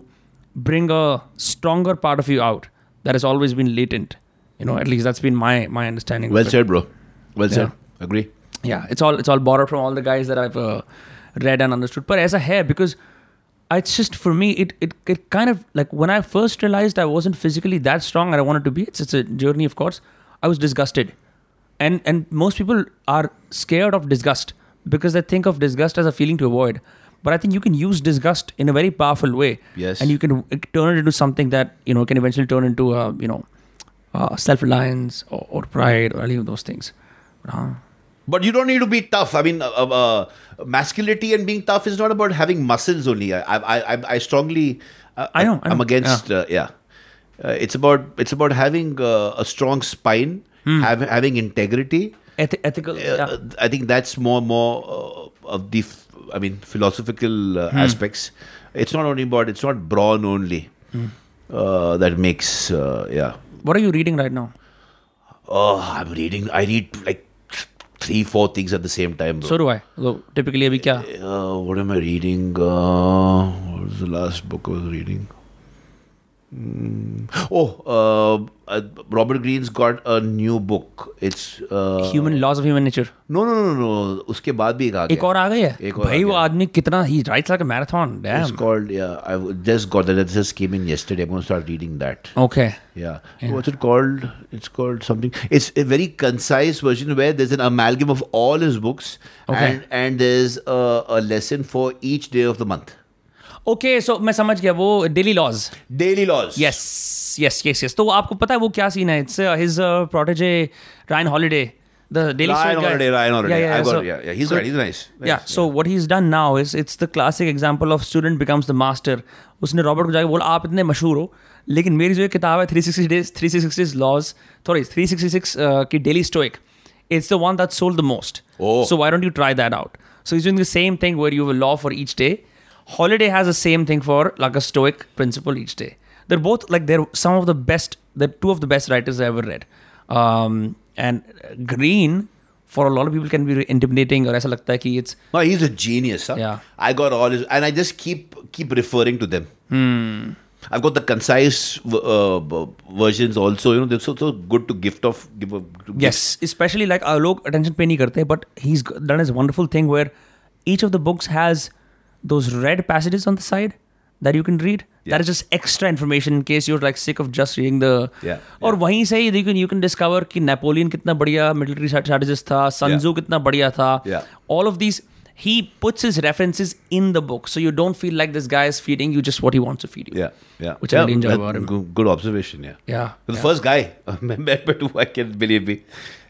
A: bring a stronger part of you out that has always been latent you know at least that's been my my understanding of
B: well
A: it.
B: said bro well
A: Yeah.
B: said agree
A: yeah it's all it's all borrowed from all the guys that i've uh, read and understood but as a hair because it's just for me it, it it kind of like when i first realized i wasn't physically that strong and i wanted to be it's, it's a journey of course i was disgusted and and most people are scared of disgust because they think of disgust as a feeling to avoid but i think you can use disgust in a very powerful way
B: Yes.
A: and you can uh, turn it into something that you know can eventually turn into uh, you know uh, self-reliance or, or pride or any of those things Uh,
B: But you don't need to be tough. I mean, uh, uh, uh, masculinity and being tough is not about having muscles only. I, I, I, I strongly, uh,
A: I know, I
B: am
A: know.
B: against. Yeah, uh, yeah. Uh, it's about it's about having uh, a strong spine, have, having integrity.
A: Eth- ethical.
B: Uh,
A: Hmm. yeah.
B: I think that's more more uh, of the, f- I mean, philosophical
A: Hmm.
B: uh, aspects. It's not only about it's not brawn only
A: Hmm.
B: uh, that makes uh, yeah.
A: What are you reading right now?
B: Oh, I'm reading. I read like th- three, four things at the same time. Bro.
A: So do I. So typically अभी क्या?
B: uh, what am I reading? Uh, what was the last book I was reading? Mm. Oh, uh, uh, Robert Greene's got a new book. It's uh,
A: Human laws of human nature.
B: no, no, no, no. उसके बाद भी एक आ
A: एक
B: गया.
A: और आ गई है
B: एक और
A: भाई
B: आ
A: वो आदमी कितना ही writes like a marathon
B: It's
A: damn
B: called. Yeah, I just got that. It just came in yesterday. I'm gonna start reading that.
A: Okay
B: Yeah. What's it called? It's called something. It's a very concise version where there's an amalgam of all his books,
A: Okay.
B: and and there's a, a lesson for each day of the month.
A: Okay so मैं समझ गया वो daily laws
B: Daily laws.
A: Yes yes yes yes तो आपको पता है वो क्या सीन है uh, it's his protege Ryan Holiday the daily
B: Ryan Holiday, Ryan Holiday.
A: Yeah, yeah,
B: I got,
A: so-
B: yeah, yeah. He's
A: so-
B: right. He's nice. nice.
A: Yeah, so what he's done now is it's the classic example of student becomes the master. उसने Robert को जाके बोला आप इतने मशहूर हो लेकिन मेरी जो ये किताब है 360 days 366 laws sorry 366 uh, की daily stoic it's the one that sold the most.
B: Oh.
A: So why don't you try that out? So he's doing the same thing where you have a law for each day. Holiday has the same thing for like a stoic principle each day. They're both like they're some of the best they're two of the best writers I ever read. Um, and Green for a lot of people can be intimidating और ऐसा लगता है कि it's
B: No, he's a genius. Huh?
A: Yeah.
B: I got all his, and I just keep keep referring to them.
A: Hmm.
B: I've got the concise uh, b- versions also. You know, they're so, so good to gift of give. A, to
A: yes especially like our लोग attention पे नहीं करते but he's done his wonderful thing where each of the books has those red passages on the side that you can read that is just extra information in case you're like sick of just reading the
B: Yeah,
A: और वहीं से ही you can you can discover कि Napoleon कितना बढ़िया military strategist था संजू कितना बढ़िया था
B: Yeah.
A: all of these he puts his references in the book so you don't feel like this guy is feeding you just what he wants to feed you
B: Yeah, yeah.
A: Which I
B: yeah,
A: really enjoy
B: that-
A: about him.
B: Good, good observation. Yeah.
A: yeah
B: The first guy <laughs> I met, but who I can believe me.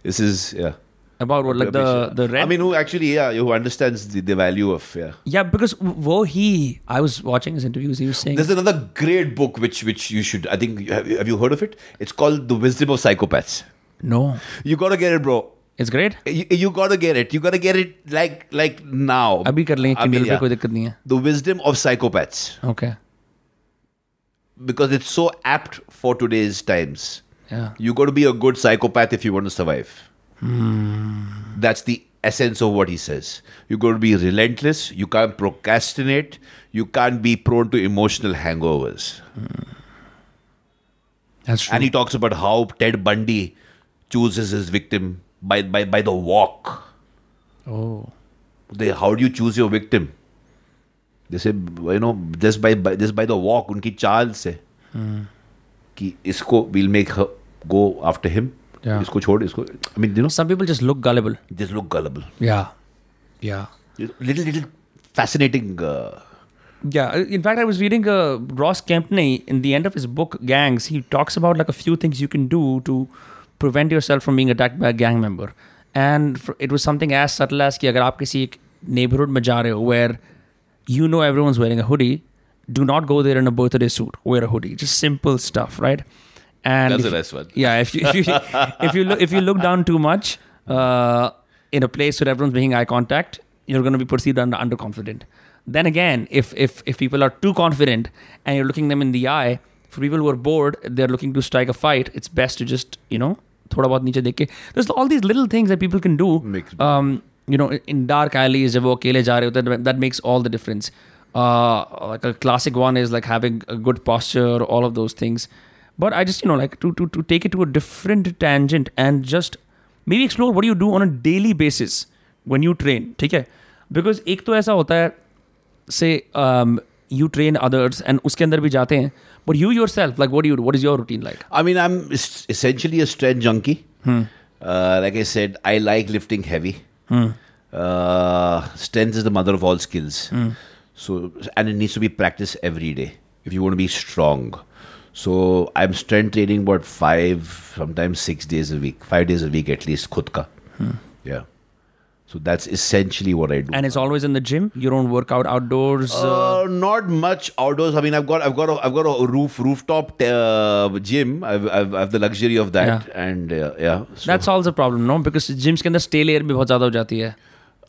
B: This is yeah.
A: about what like the the red
B: I mean, who actually yeah, who understands the, the value of yeah.
A: Yeah, because wo he, I was watching his interviews. He was saying,
B: There's another great book which which you should. I think have you, have you heard of it? It's called The Wisdom of Psychopaths.
A: "No,
B: You gotta get it, bro.
A: it's great.
B: You, you gotta get it. You gotta get it like like now.
A: अभी कर लेंगे
B: I mean,
A: Kindle पे
B: yeah.
A: कोई दिक्कत नहीं है."
B: The Wisdom of Psychopaths
A: Okay,
B: because it's so apt for today's times.
A: yeah,
B: You got to be a good psychopath if you want to survive. That's the essence of what he says. You got to be relentless. You can't procrastinate. You can't be prone to emotional hangovers.
A: that's true.
B: And he talks about how Ted Bundy chooses his victim by by, by the walk.
A: oh,
B: They, how do you choose your victim? They say, you know, just by, by just by the walk, उनकी चाल से कि इसको we'll make her go after him.
A: Yeah.
B: इसको छोड़ इसको I mean, you know,
A: some people just look gullible.
B: just look gullible.
A: Yeah, yeah,
B: Little little fascinating. Uh,
A: yeah. In fact, I was reading uh, Ross Kempney in the end of his book Gangs. He talks about like a few things you can do to prevent yourself from being attacked by a gang member, and fr- it was something as subtle as कि अगर आप किसी एक neighborhood में जा रहे हो where you know everyone's wearing a hoodie. Do not go there in a birthday suit. Wear a hoodie. Just simple stuff, right? And
B: That's
A: if-
B: a nice one.
A: Yeah, if you if you if you look if you look down too much uh, in a place where everyone's making eye contact, you're going to be perceived under underconfident. Then again, if if if people are too confident and you're looking them in the eye, for people who are bored, they're looking to strike a fight. It's best to just you know थोड़ा बहुत नीचे देख के there's all these little things that people can do
B: Makes-
A: um, you know in dark alleys जब वो अकेले जा रहे होते हैं that makes all the difference uh, like a classic one is like having a good posture all of those things but I just you know like to to to take it to a different tangent and just maybe explore what you do on a daily basis when you train ठीक है because एक तो ऐसा होता है से um, you train others and उसके अंदर भी जाते हैं but you yourself like what you what is your routine like
B: I mean, I'm es- essentially a strength junkie. Uh, like I said, I like lifting heavy. Uh, strength is the mother of all skills. So, and it needs to be practiced every day if you want to be strong. So, I'm strength training about five, sometimes six days a week, five days a week at least. Khud ka. Yeah. So that's essentially what I do.
A: and it's always in the gym you don't work out outdoors uh,
B: Uh, not much outdoors. I mean, I've got I've got a, I've got a roof rooftop uh, gym. I've, I've I've the luxury of that, and uh, yeah. So
A: that's also a problem no because gyms के अंदर stale air भी बहुत ज़्यादा हो जाती है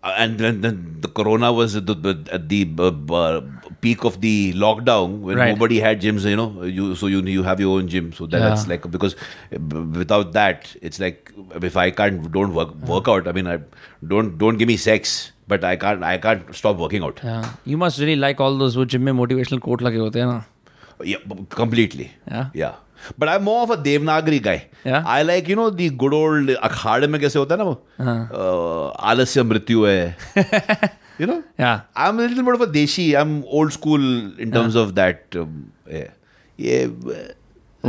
B: Uh, and then, then the corona was at the, the- at the uh, uh, peak of the lockdown when
A: Right.
B: nobody had gyms you know you so you you have your own gym so that,
A: Yeah.
B: that's like because uh, b- without that it's like if i can't don't work work out i mean i don't don't give me sex but i can't i can't stop working out
A: Yeah. You must really like all those वो gym में motivational quote लगे होते हैं ना
B: Yeah, b- completely.
A: Yeah.
B: Yeah. But I'm more of a Devanagari guy.
A: Yeah.
B: I like, you know, the good old अखाड़े में कैसे होता है ना वो
A: Uh-huh.
B: uh, आलस्य मृत्यु
A: <laughs>
B: है you know
A: Yeah.
B: I'm a little bit of a deshi I'm old school in terms
A: Uh-huh.
B: of that um, yeah. ये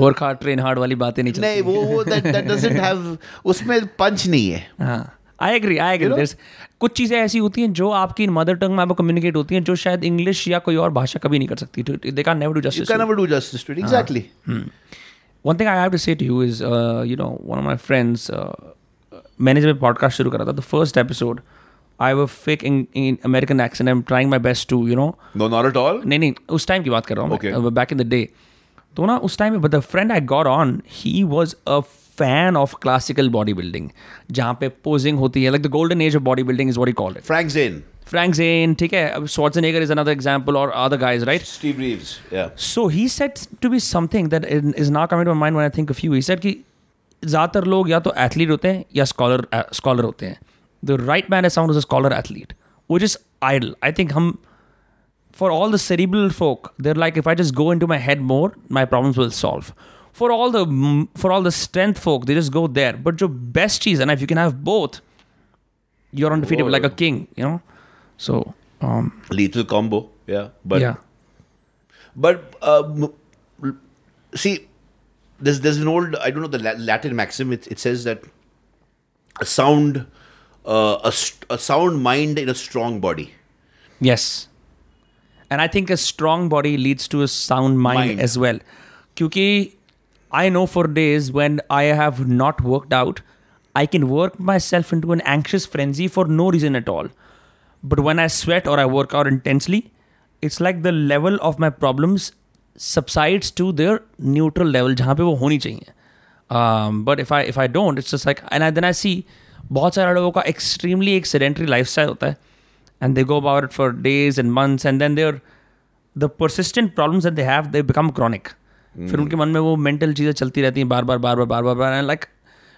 A: वर्क हार्ड ट्रेन हार्ड वाली बातें नहीं चलती
B: नहीं वो वो that that doesn't have उसमें पंच नहीं है
A: हाँ आई एग्री आई एग्री कुछ चीज़ें ऐसी होती हैं जो आपकी मदर टंग में आपको कम्युनिकेट होती हैं जो शायद इंग्लिश या कोई और भाषा कभी नहीं कर सकती they can never do
B: You
A: justice
B: can never do justice to it
A: Uh-huh.
B: exactly
A: Hmm. One thing I have to say to you is you know one of my friends uh, मैंने जब podcast शुरू करा था the first episode I वो fake in American accent I am trying my best to you know
B: no not at all
A: नहीं नहीं उस time की बात कर
B: Okay.
A: रहा हूँ बैक इन द डे तो ना उस time but the friend I got on he was a fan of classical body building जहाँ पे पोजिंग होती है like the golden age of body building is what call it
B: Frank Zane
A: Frank Zane ठीक है अब Schwarzenegger is another example और other guys right
B: Steve Reeves yeah
A: so he set to be something that is not coming to mind when I think of you he said कि ज़्यादातर लोग या तो athlete होते हैं या स्कॉलर स्कॉलर होते हैं the right man is sound is a scholar athlete which is ideal I think हम for all the cerebral folk they're like if i just go into my head more my problems will solve for all the mm, for all the strength folk they just go there but your best cheese and if you can have both you're undefeatable like a king you know so um
B: lethal combo yeah but
A: yeah
B: But um, see, there's there's an old I don't know the La- Latin maxim. It, it says that a sound uh, a, st- a sound mind in a strong body.
A: yes and i think a strong body leads to a sound mind,
B: Mind.
A: as well kyuki i know for days when i have not worked out i can work myself into an anxious frenzy for no reason at all but when i sweat or i work out intensely it's like the level of my problems subsides to their neutral level जहाँ पे वो होनी चाहिए um, but if I if I don't it's just like and I, then I see बहुत सारे लोगों का extremely एक sedentary lifestyle होता है and they go about it for days and months and then they're the persistent problems that they have they become chronic फिर उनके मन में वो mental चीज़ें चलती रहती हैं बार बार बार बार बार बार बार and like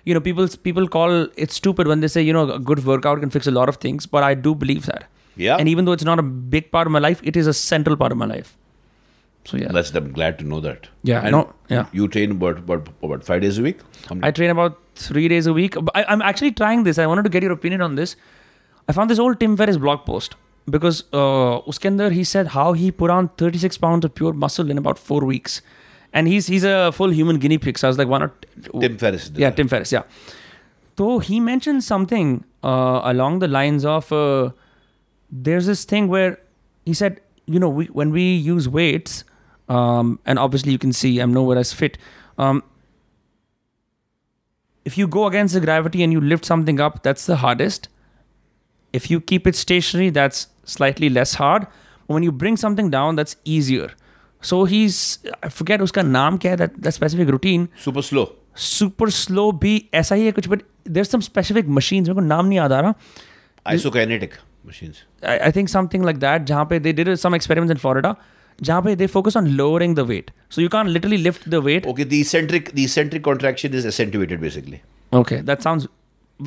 A: you know people people call it stupid when they say you know a good workout can fix a lot of things but I do believe that
B: Yeah.
A: and even though it's not a big part of my life it is a central part of my life so yeah
B: That's I'm glad to know that.
A: Yeah,
B: And
A: no, yeah.
B: You train about about about five days a week. Um,
A: I train about three days a week. But I, I'm actually trying this. I wanted to get your opinion on this. I found this old Tim Ferriss blog post because uh, uske andar he said how he put on 36 pounds of pure muscle in about four weeks, and he's he's a full human guinea pig. So I was like, why not?
B: Tim Ferriss. did
A: Yeah,
B: that.
A: Tim Ferriss. Yeah. So he mentioned something uh, along the lines of uh, there's this thing where he said, you know, we, when we use weights, um, and obviously you can see I'm nowhere as fit. Um, if you go against the gravity and you lift something up, that's the hardest. If you keep it stationary, that's slightly less hard. But when you bring something down, that's easier. So he's I forget uska naam kya hai, that that specific routine.
B: Super slow.
A: Super slow भी ऐसा ही है कुछ but there some specific machine मेरे को नाम नहीं याद आ रहा
B: Isokinetic machines.
A: I think something like that जहाँ पे they did some experiments in Florida जहाँ पे they focus on lowering the weight so you can literally lift the weight
B: Okay, the eccentric the eccentric contraction is accentuated basically.
A: Okay that sounds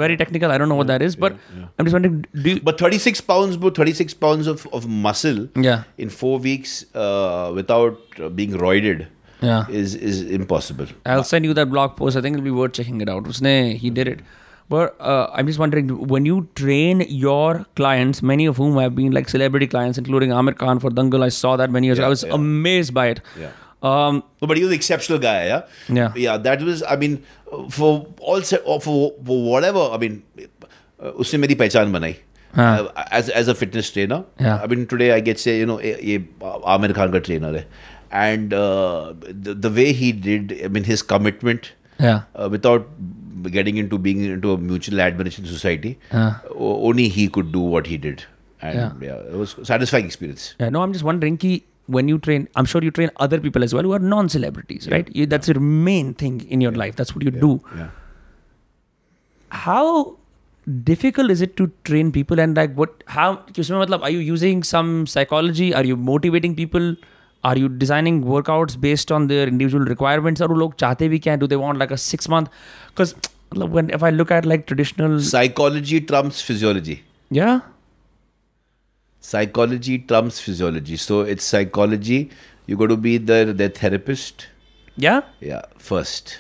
A: very technical I don't know what that is but I am just wanting
B: But 36 pounds, bro, 36 pounds of, of muscle
A: Yeah.
B: in four weeks uh, without uh, being roided
A: Yeah.
B: is, is impossible.
A: I'll send you that blog post. I think it'll be worth checking it out. Usne, he did it. But uh, I'm just wondering, when you train your clients, many of whom have been like celebrity clients, including Amir Khan for Dangal, I saw that many years ago. I
B: Yeah,
A: was
B: yeah.
A: amazed by it.
B: Yeah.
A: Um,
B: No, but he was an exceptional guy, yeah?
A: Yeah.
B: Yeah, that was, I mean, uh, for all, se- uh, for, for whatever, I mean, uh, उसने मेरी पहचान बनाई.
A: हाँ.
B: Uh, as, as a fitness trainer.
A: Yeah.
B: I mean, today I get say, you know, eh, uh, ये ये आमिर खान का trainer है. And uh, the, the way he did, I mean, his commitment.
A: yeah.
B: uh, without getting into being into a mutual admiration society.
A: Yeah.
B: o- only he could do what he did, and
A: Yeah.
B: yeah, it was a satisfying experience.
A: Yeah, no, I'm just wondering ki, when you train, I'm sure you train other people as well who are non celebrities, right? You, that's your main thing in your life. That's what you do.
B: Yeah.
A: How difficult is it to train people and like what how कि उसमें मतलब are you using some psychology are you motivating people are you designing workouts based on their individual requirements और वो लोग चाहते भी क्या हैं do they want like a six month because मतलब when if I look at like traditional
B: Psychology trumps physiology.
A: yeah
B: Psychology trumps physiology. So it's psychology. You got to be their their therapist.
A: yeah
B: Yeah, first,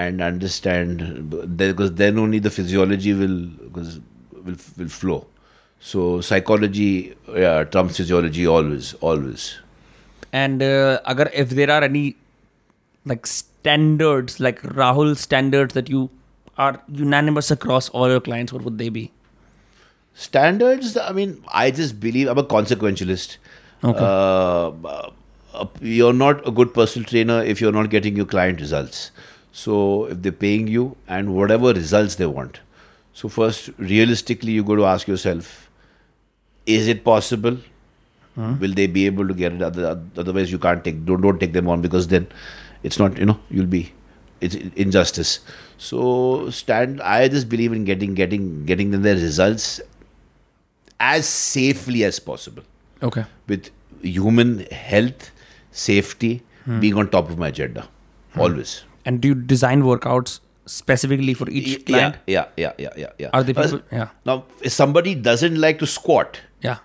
B: and understand because then only the physiology will because will will flow. So psychology yeah, trumps physiology always, always.
A: and uh, agar if there are any like standards like Rahul standards that you are unanimous across all your clients what would they be
B: standards i mean i just believe i'm a consequentialist
A: Okay.
B: uh, uh, you're not a good personal trainer if you're not getting your client results so if they're paying you and whatever results they want so first realistically you got to ask yourself is it possible will they be able to get it Other, otherwise you can't take don't, don't take them on because then it's not you know you'll be it's injustice so stand i just believe in getting getting getting them their results as safely as possible
A: okay
B: with human health safety
A: Hmm.
B: being on top of my agenda always
A: and do you design workouts specifically for each client
B: yeah yeah yeah yeah yeah
A: are the
B: Uh,
A: people yeah
B: now if somebody doesn't like to squat
A: yeah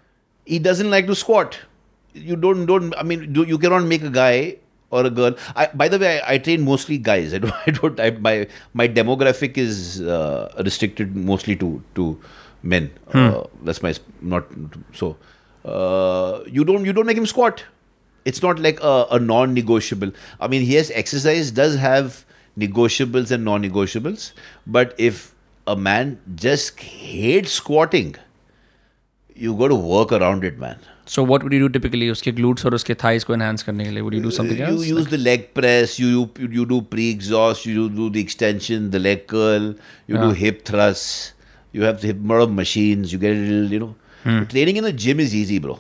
B: he doesn't like to squat. You don't don't. I mean, do, you cannot make a guy or a girl. I, by the way, I, I train mostly guys. <laughs> I don't. I don't I, my my demographic is uh, restricted mostly to to men. Uh, that's my sp- not so. Uh, you don't you don't make him squat. It's not like a, a non-negotiable. I mean, yes, exercise does have negotiables and non-negotiables. But if a man just hates squatting, you got to work around it, man.
A: so what would you do typically उसके glutes और उसके thighs को enhance करने के लिए would you do something
B: Uh, you
A: else
B: use the leg press. You you, you do pre-exhaust. You do the extension, the leg curl. You
A: Ah.
B: do hip thrusts. You have the hip lot of machines. You get a little, you know.
A: Hmm.
B: Training in the gym is easy, bro.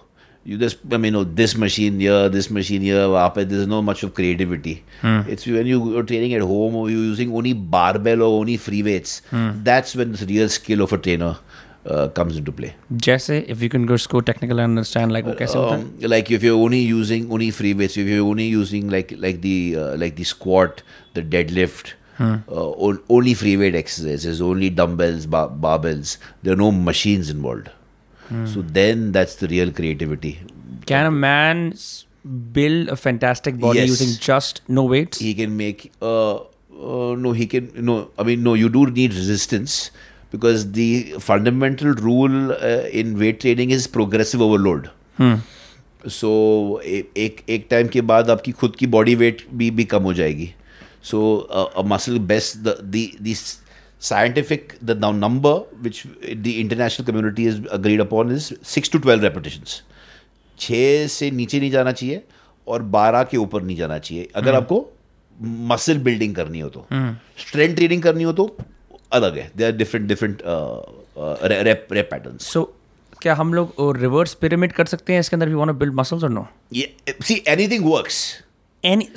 B: You just I mean, you know, this machine here, this machine here. up there. There's no much of creativity.
A: Hmm.
B: It's when you are training at home or you're using only barbell or only free weights.
A: Hmm.
B: That's when the real skill of a trainer uh, comes into play.
A: जैसे if you can just go technical and understand like वो कैसे होता है
B: Um, like if you're only using only free weights, if you're only using like like the uh, like the squat, the deadlift,
A: Hmm.
B: uh, on, only free weight exercises, only dumbbells, bar- barbells. There are no machines involved.
A: Hmm.
B: So then that's the real creativity.
A: can a man s- build a fantastic body
B: Yes.
A: using just no weights
B: He can make. Uh, uh, no, he can. No, I mean no. You do need resistance because the fundamental rule uh, in weight training is progressive overload.
A: Hmm.
B: सो ए, एक एक time के बाद आपकी खुद की body weight भी भी कम हो जाएगी so muscle best the scientific the number which the international community is agreed upon is six to twelve repetitions छः से नीचे नहीं जाना चाहिए और बारह के ऊपर नहीं जाना चाहिए अगर आपको मसल बिल्डिंग करनी हो तो स्ट्रेंथ ट्रेनिंग करनी हो तो अलग है they are different different rep rep patterns
A: so क्या हम लोग रिवर्स पिरामिड कर सकते हैं इसके अंदर we want to build muscles और नो
B: ये see anything works
A: any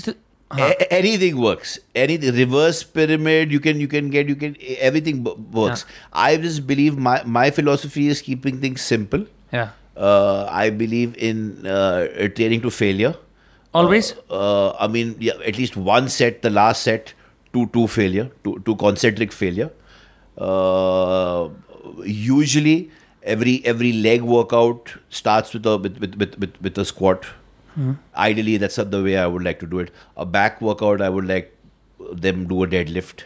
B: A- anything works. Any reverse pyramid, you can you can get you can e, everything b- works. I just believe my my philosophy is keeping things simple.
A: yeah
B: Uh, I believe in uh, adhering to failure.
A: Always?
B: Uh, uh, I mean, yeah, at least one set, the last set, two two failure, two two concentric failure. Uh, usually, every every leg workout starts with a with with with, with, with a squat. Ideally, that's the way I would like to do it. A back workout, I would like them do a deadlift.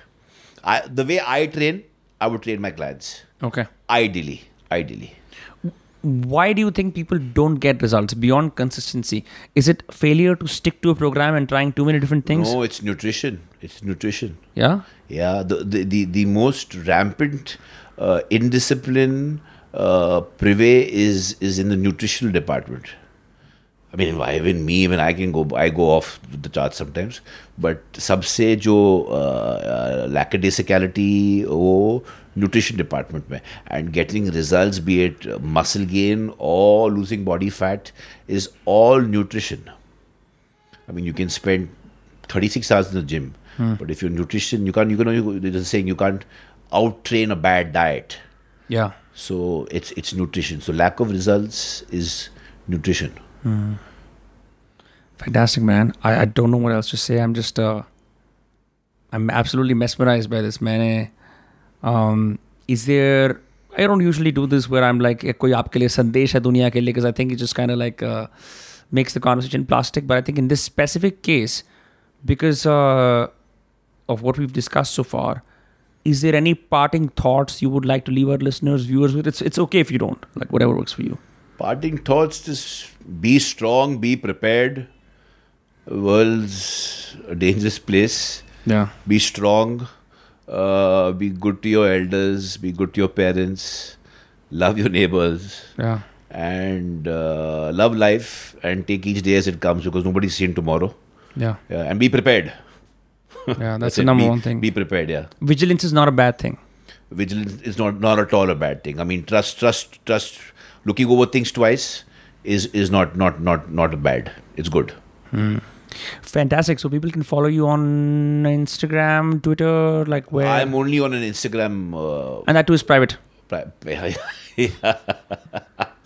B: I the way I train, I would train my clients.
A: Uh, okay
B: Ideally, ideally.
A: why do you think people don't get results beyond consistency is it failure to stick to a program and trying too many different things
B: No, it's nutrition. It's nutrition.
A: yeah
B: Yeah, the the the, the most rampant uh, indiscipline uh, purvey is is in the nutritional department. I mean, why even me? Even I can go. I go off the charts sometimes. But सबसे जो uh, lackadaisicality वो nutrition department में and getting results, be it muscle gain or losing body fat, is all nutrition. I mean, you can spend 36 hours in the gym, but if your nutrition, you can't. You can. You, they're just saying you can't out train a bad diet.
A: Yeah.
B: So it's it's nutrition. So lack of results is nutrition.
A: Fantastic, man. I, I don't know what else to say. I'm just, uh, I'm absolutely mesmerized by this, man. eh? Um, is there, I don't usually do this where I'm like, eh, "ये कोई आपके लिए संदेश है दुनिया के लिए, because I think it just kind of like uh, makes the conversation plastic. But I think in this specific case, because uh, of what we've discussed so far, is there any parting thoughts you would like to leave our listeners, viewers with? It's, it's okay if you don't, like whatever works for you.
B: Parting thoughts: Just be strong, be prepared. World's a dangerous place.
A: Yeah.
B: be strong uh, be good to your elders be good to your parents love your neighbors
A: Yeah.
B: and uh, love life and take each day as it comes because nobody's seen tomorrow <laughs>
A: Yeah.
B: yeah, and be prepared
A: Yeah. That's,
B: it.
A: the number
B: Be-
A: one thing.
B: be prepared yeah
A: Vigilance is not a bad thing.
B: vigilance is not not at all a bad thing i mean trust trust trust looking over things twice is is not not not not bad it's good
A: Fantastic. So people can follow you on Instagram, Twitter, like where.
B: i'm only on an instagram uh,
A: and that too is private.
B: pri- <laughs> yeah.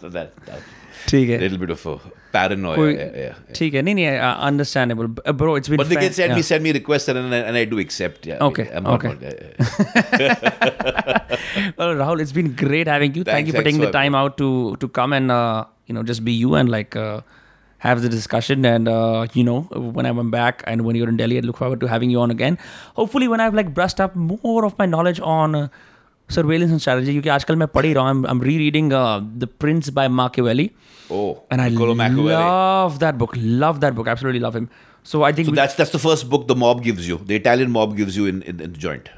B: so that, that
A: ठीक है
B: little bit of a paranoia.
A: कोई-
B: yeah, yeah, yeah.
A: ठीक है नहीं नहीं understandable bro it's been
B: But they can send me send me requests and I, and I do accept. Yeah.
A: Okay,
B: I'm not
A: okay.
B: one- yeah, yeah.
A: well, Rahul, it's been great having you. Thank
B: Thanks,
A: you for
B: thanks
A: taking the
B: for-
A: time out to to come and uh, you know just be you and like uh, have the discussion. And uh, you know, when I am back and when you're in Delhi, I look forward to having you on again. Hopefully, when I've like brushed up more of my knowledge on. Uh, surveillance and strategy क्योंकि आजकल मैं पढ़ ही रहा हूँ I am re reading the Prince by Machiavelli <laughs>
B: Oh.
A: And I
B: Niccolo Machiavelli.
A: Love that book love that book absolutely love him so I
B: So
A: think
B: that's that's the first book the mob gives you. The Italian mob gives you in in, in the joint.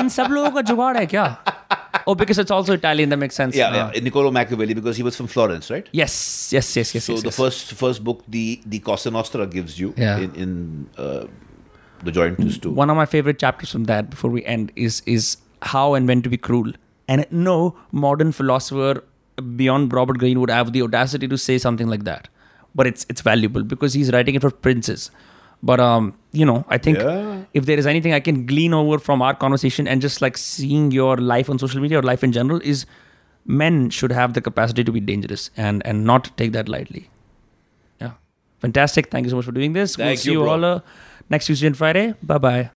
A: इन सब लोगों का जुगाड़ है क्या
B: <laughs>
A: oh because it's also Italian that makes sense
B: Yeah, yeah. Niccolo Machiavelli because he was from Florence, right?
A: Yes, yes, yes, yes.
B: So
A: yes,
B: the
A: yes.
B: first first book the the Cosa Nostra gives you
A: Yeah.
B: in in uh, the joint is too.
A: one of my favorite chapters from that before we end is is how and when to be cruel. And no modern philosopher beyond Robert Greene would have the audacity to say something like that. But it's it's valuable because he's writing it for princes. But um, you know, I think
B: Yeah.
A: if there is anything I can glean over from our conversation and just like seeing your life on social media or life in general is men should have the capacity to be dangerous and and not take that lightly. Yeah. Fantastic. Thank you so much for doing this. we'll
B: Thank
A: see
B: you,
A: you
B: bro.
A: all uh, next Tuesday and Friday. Bye bye.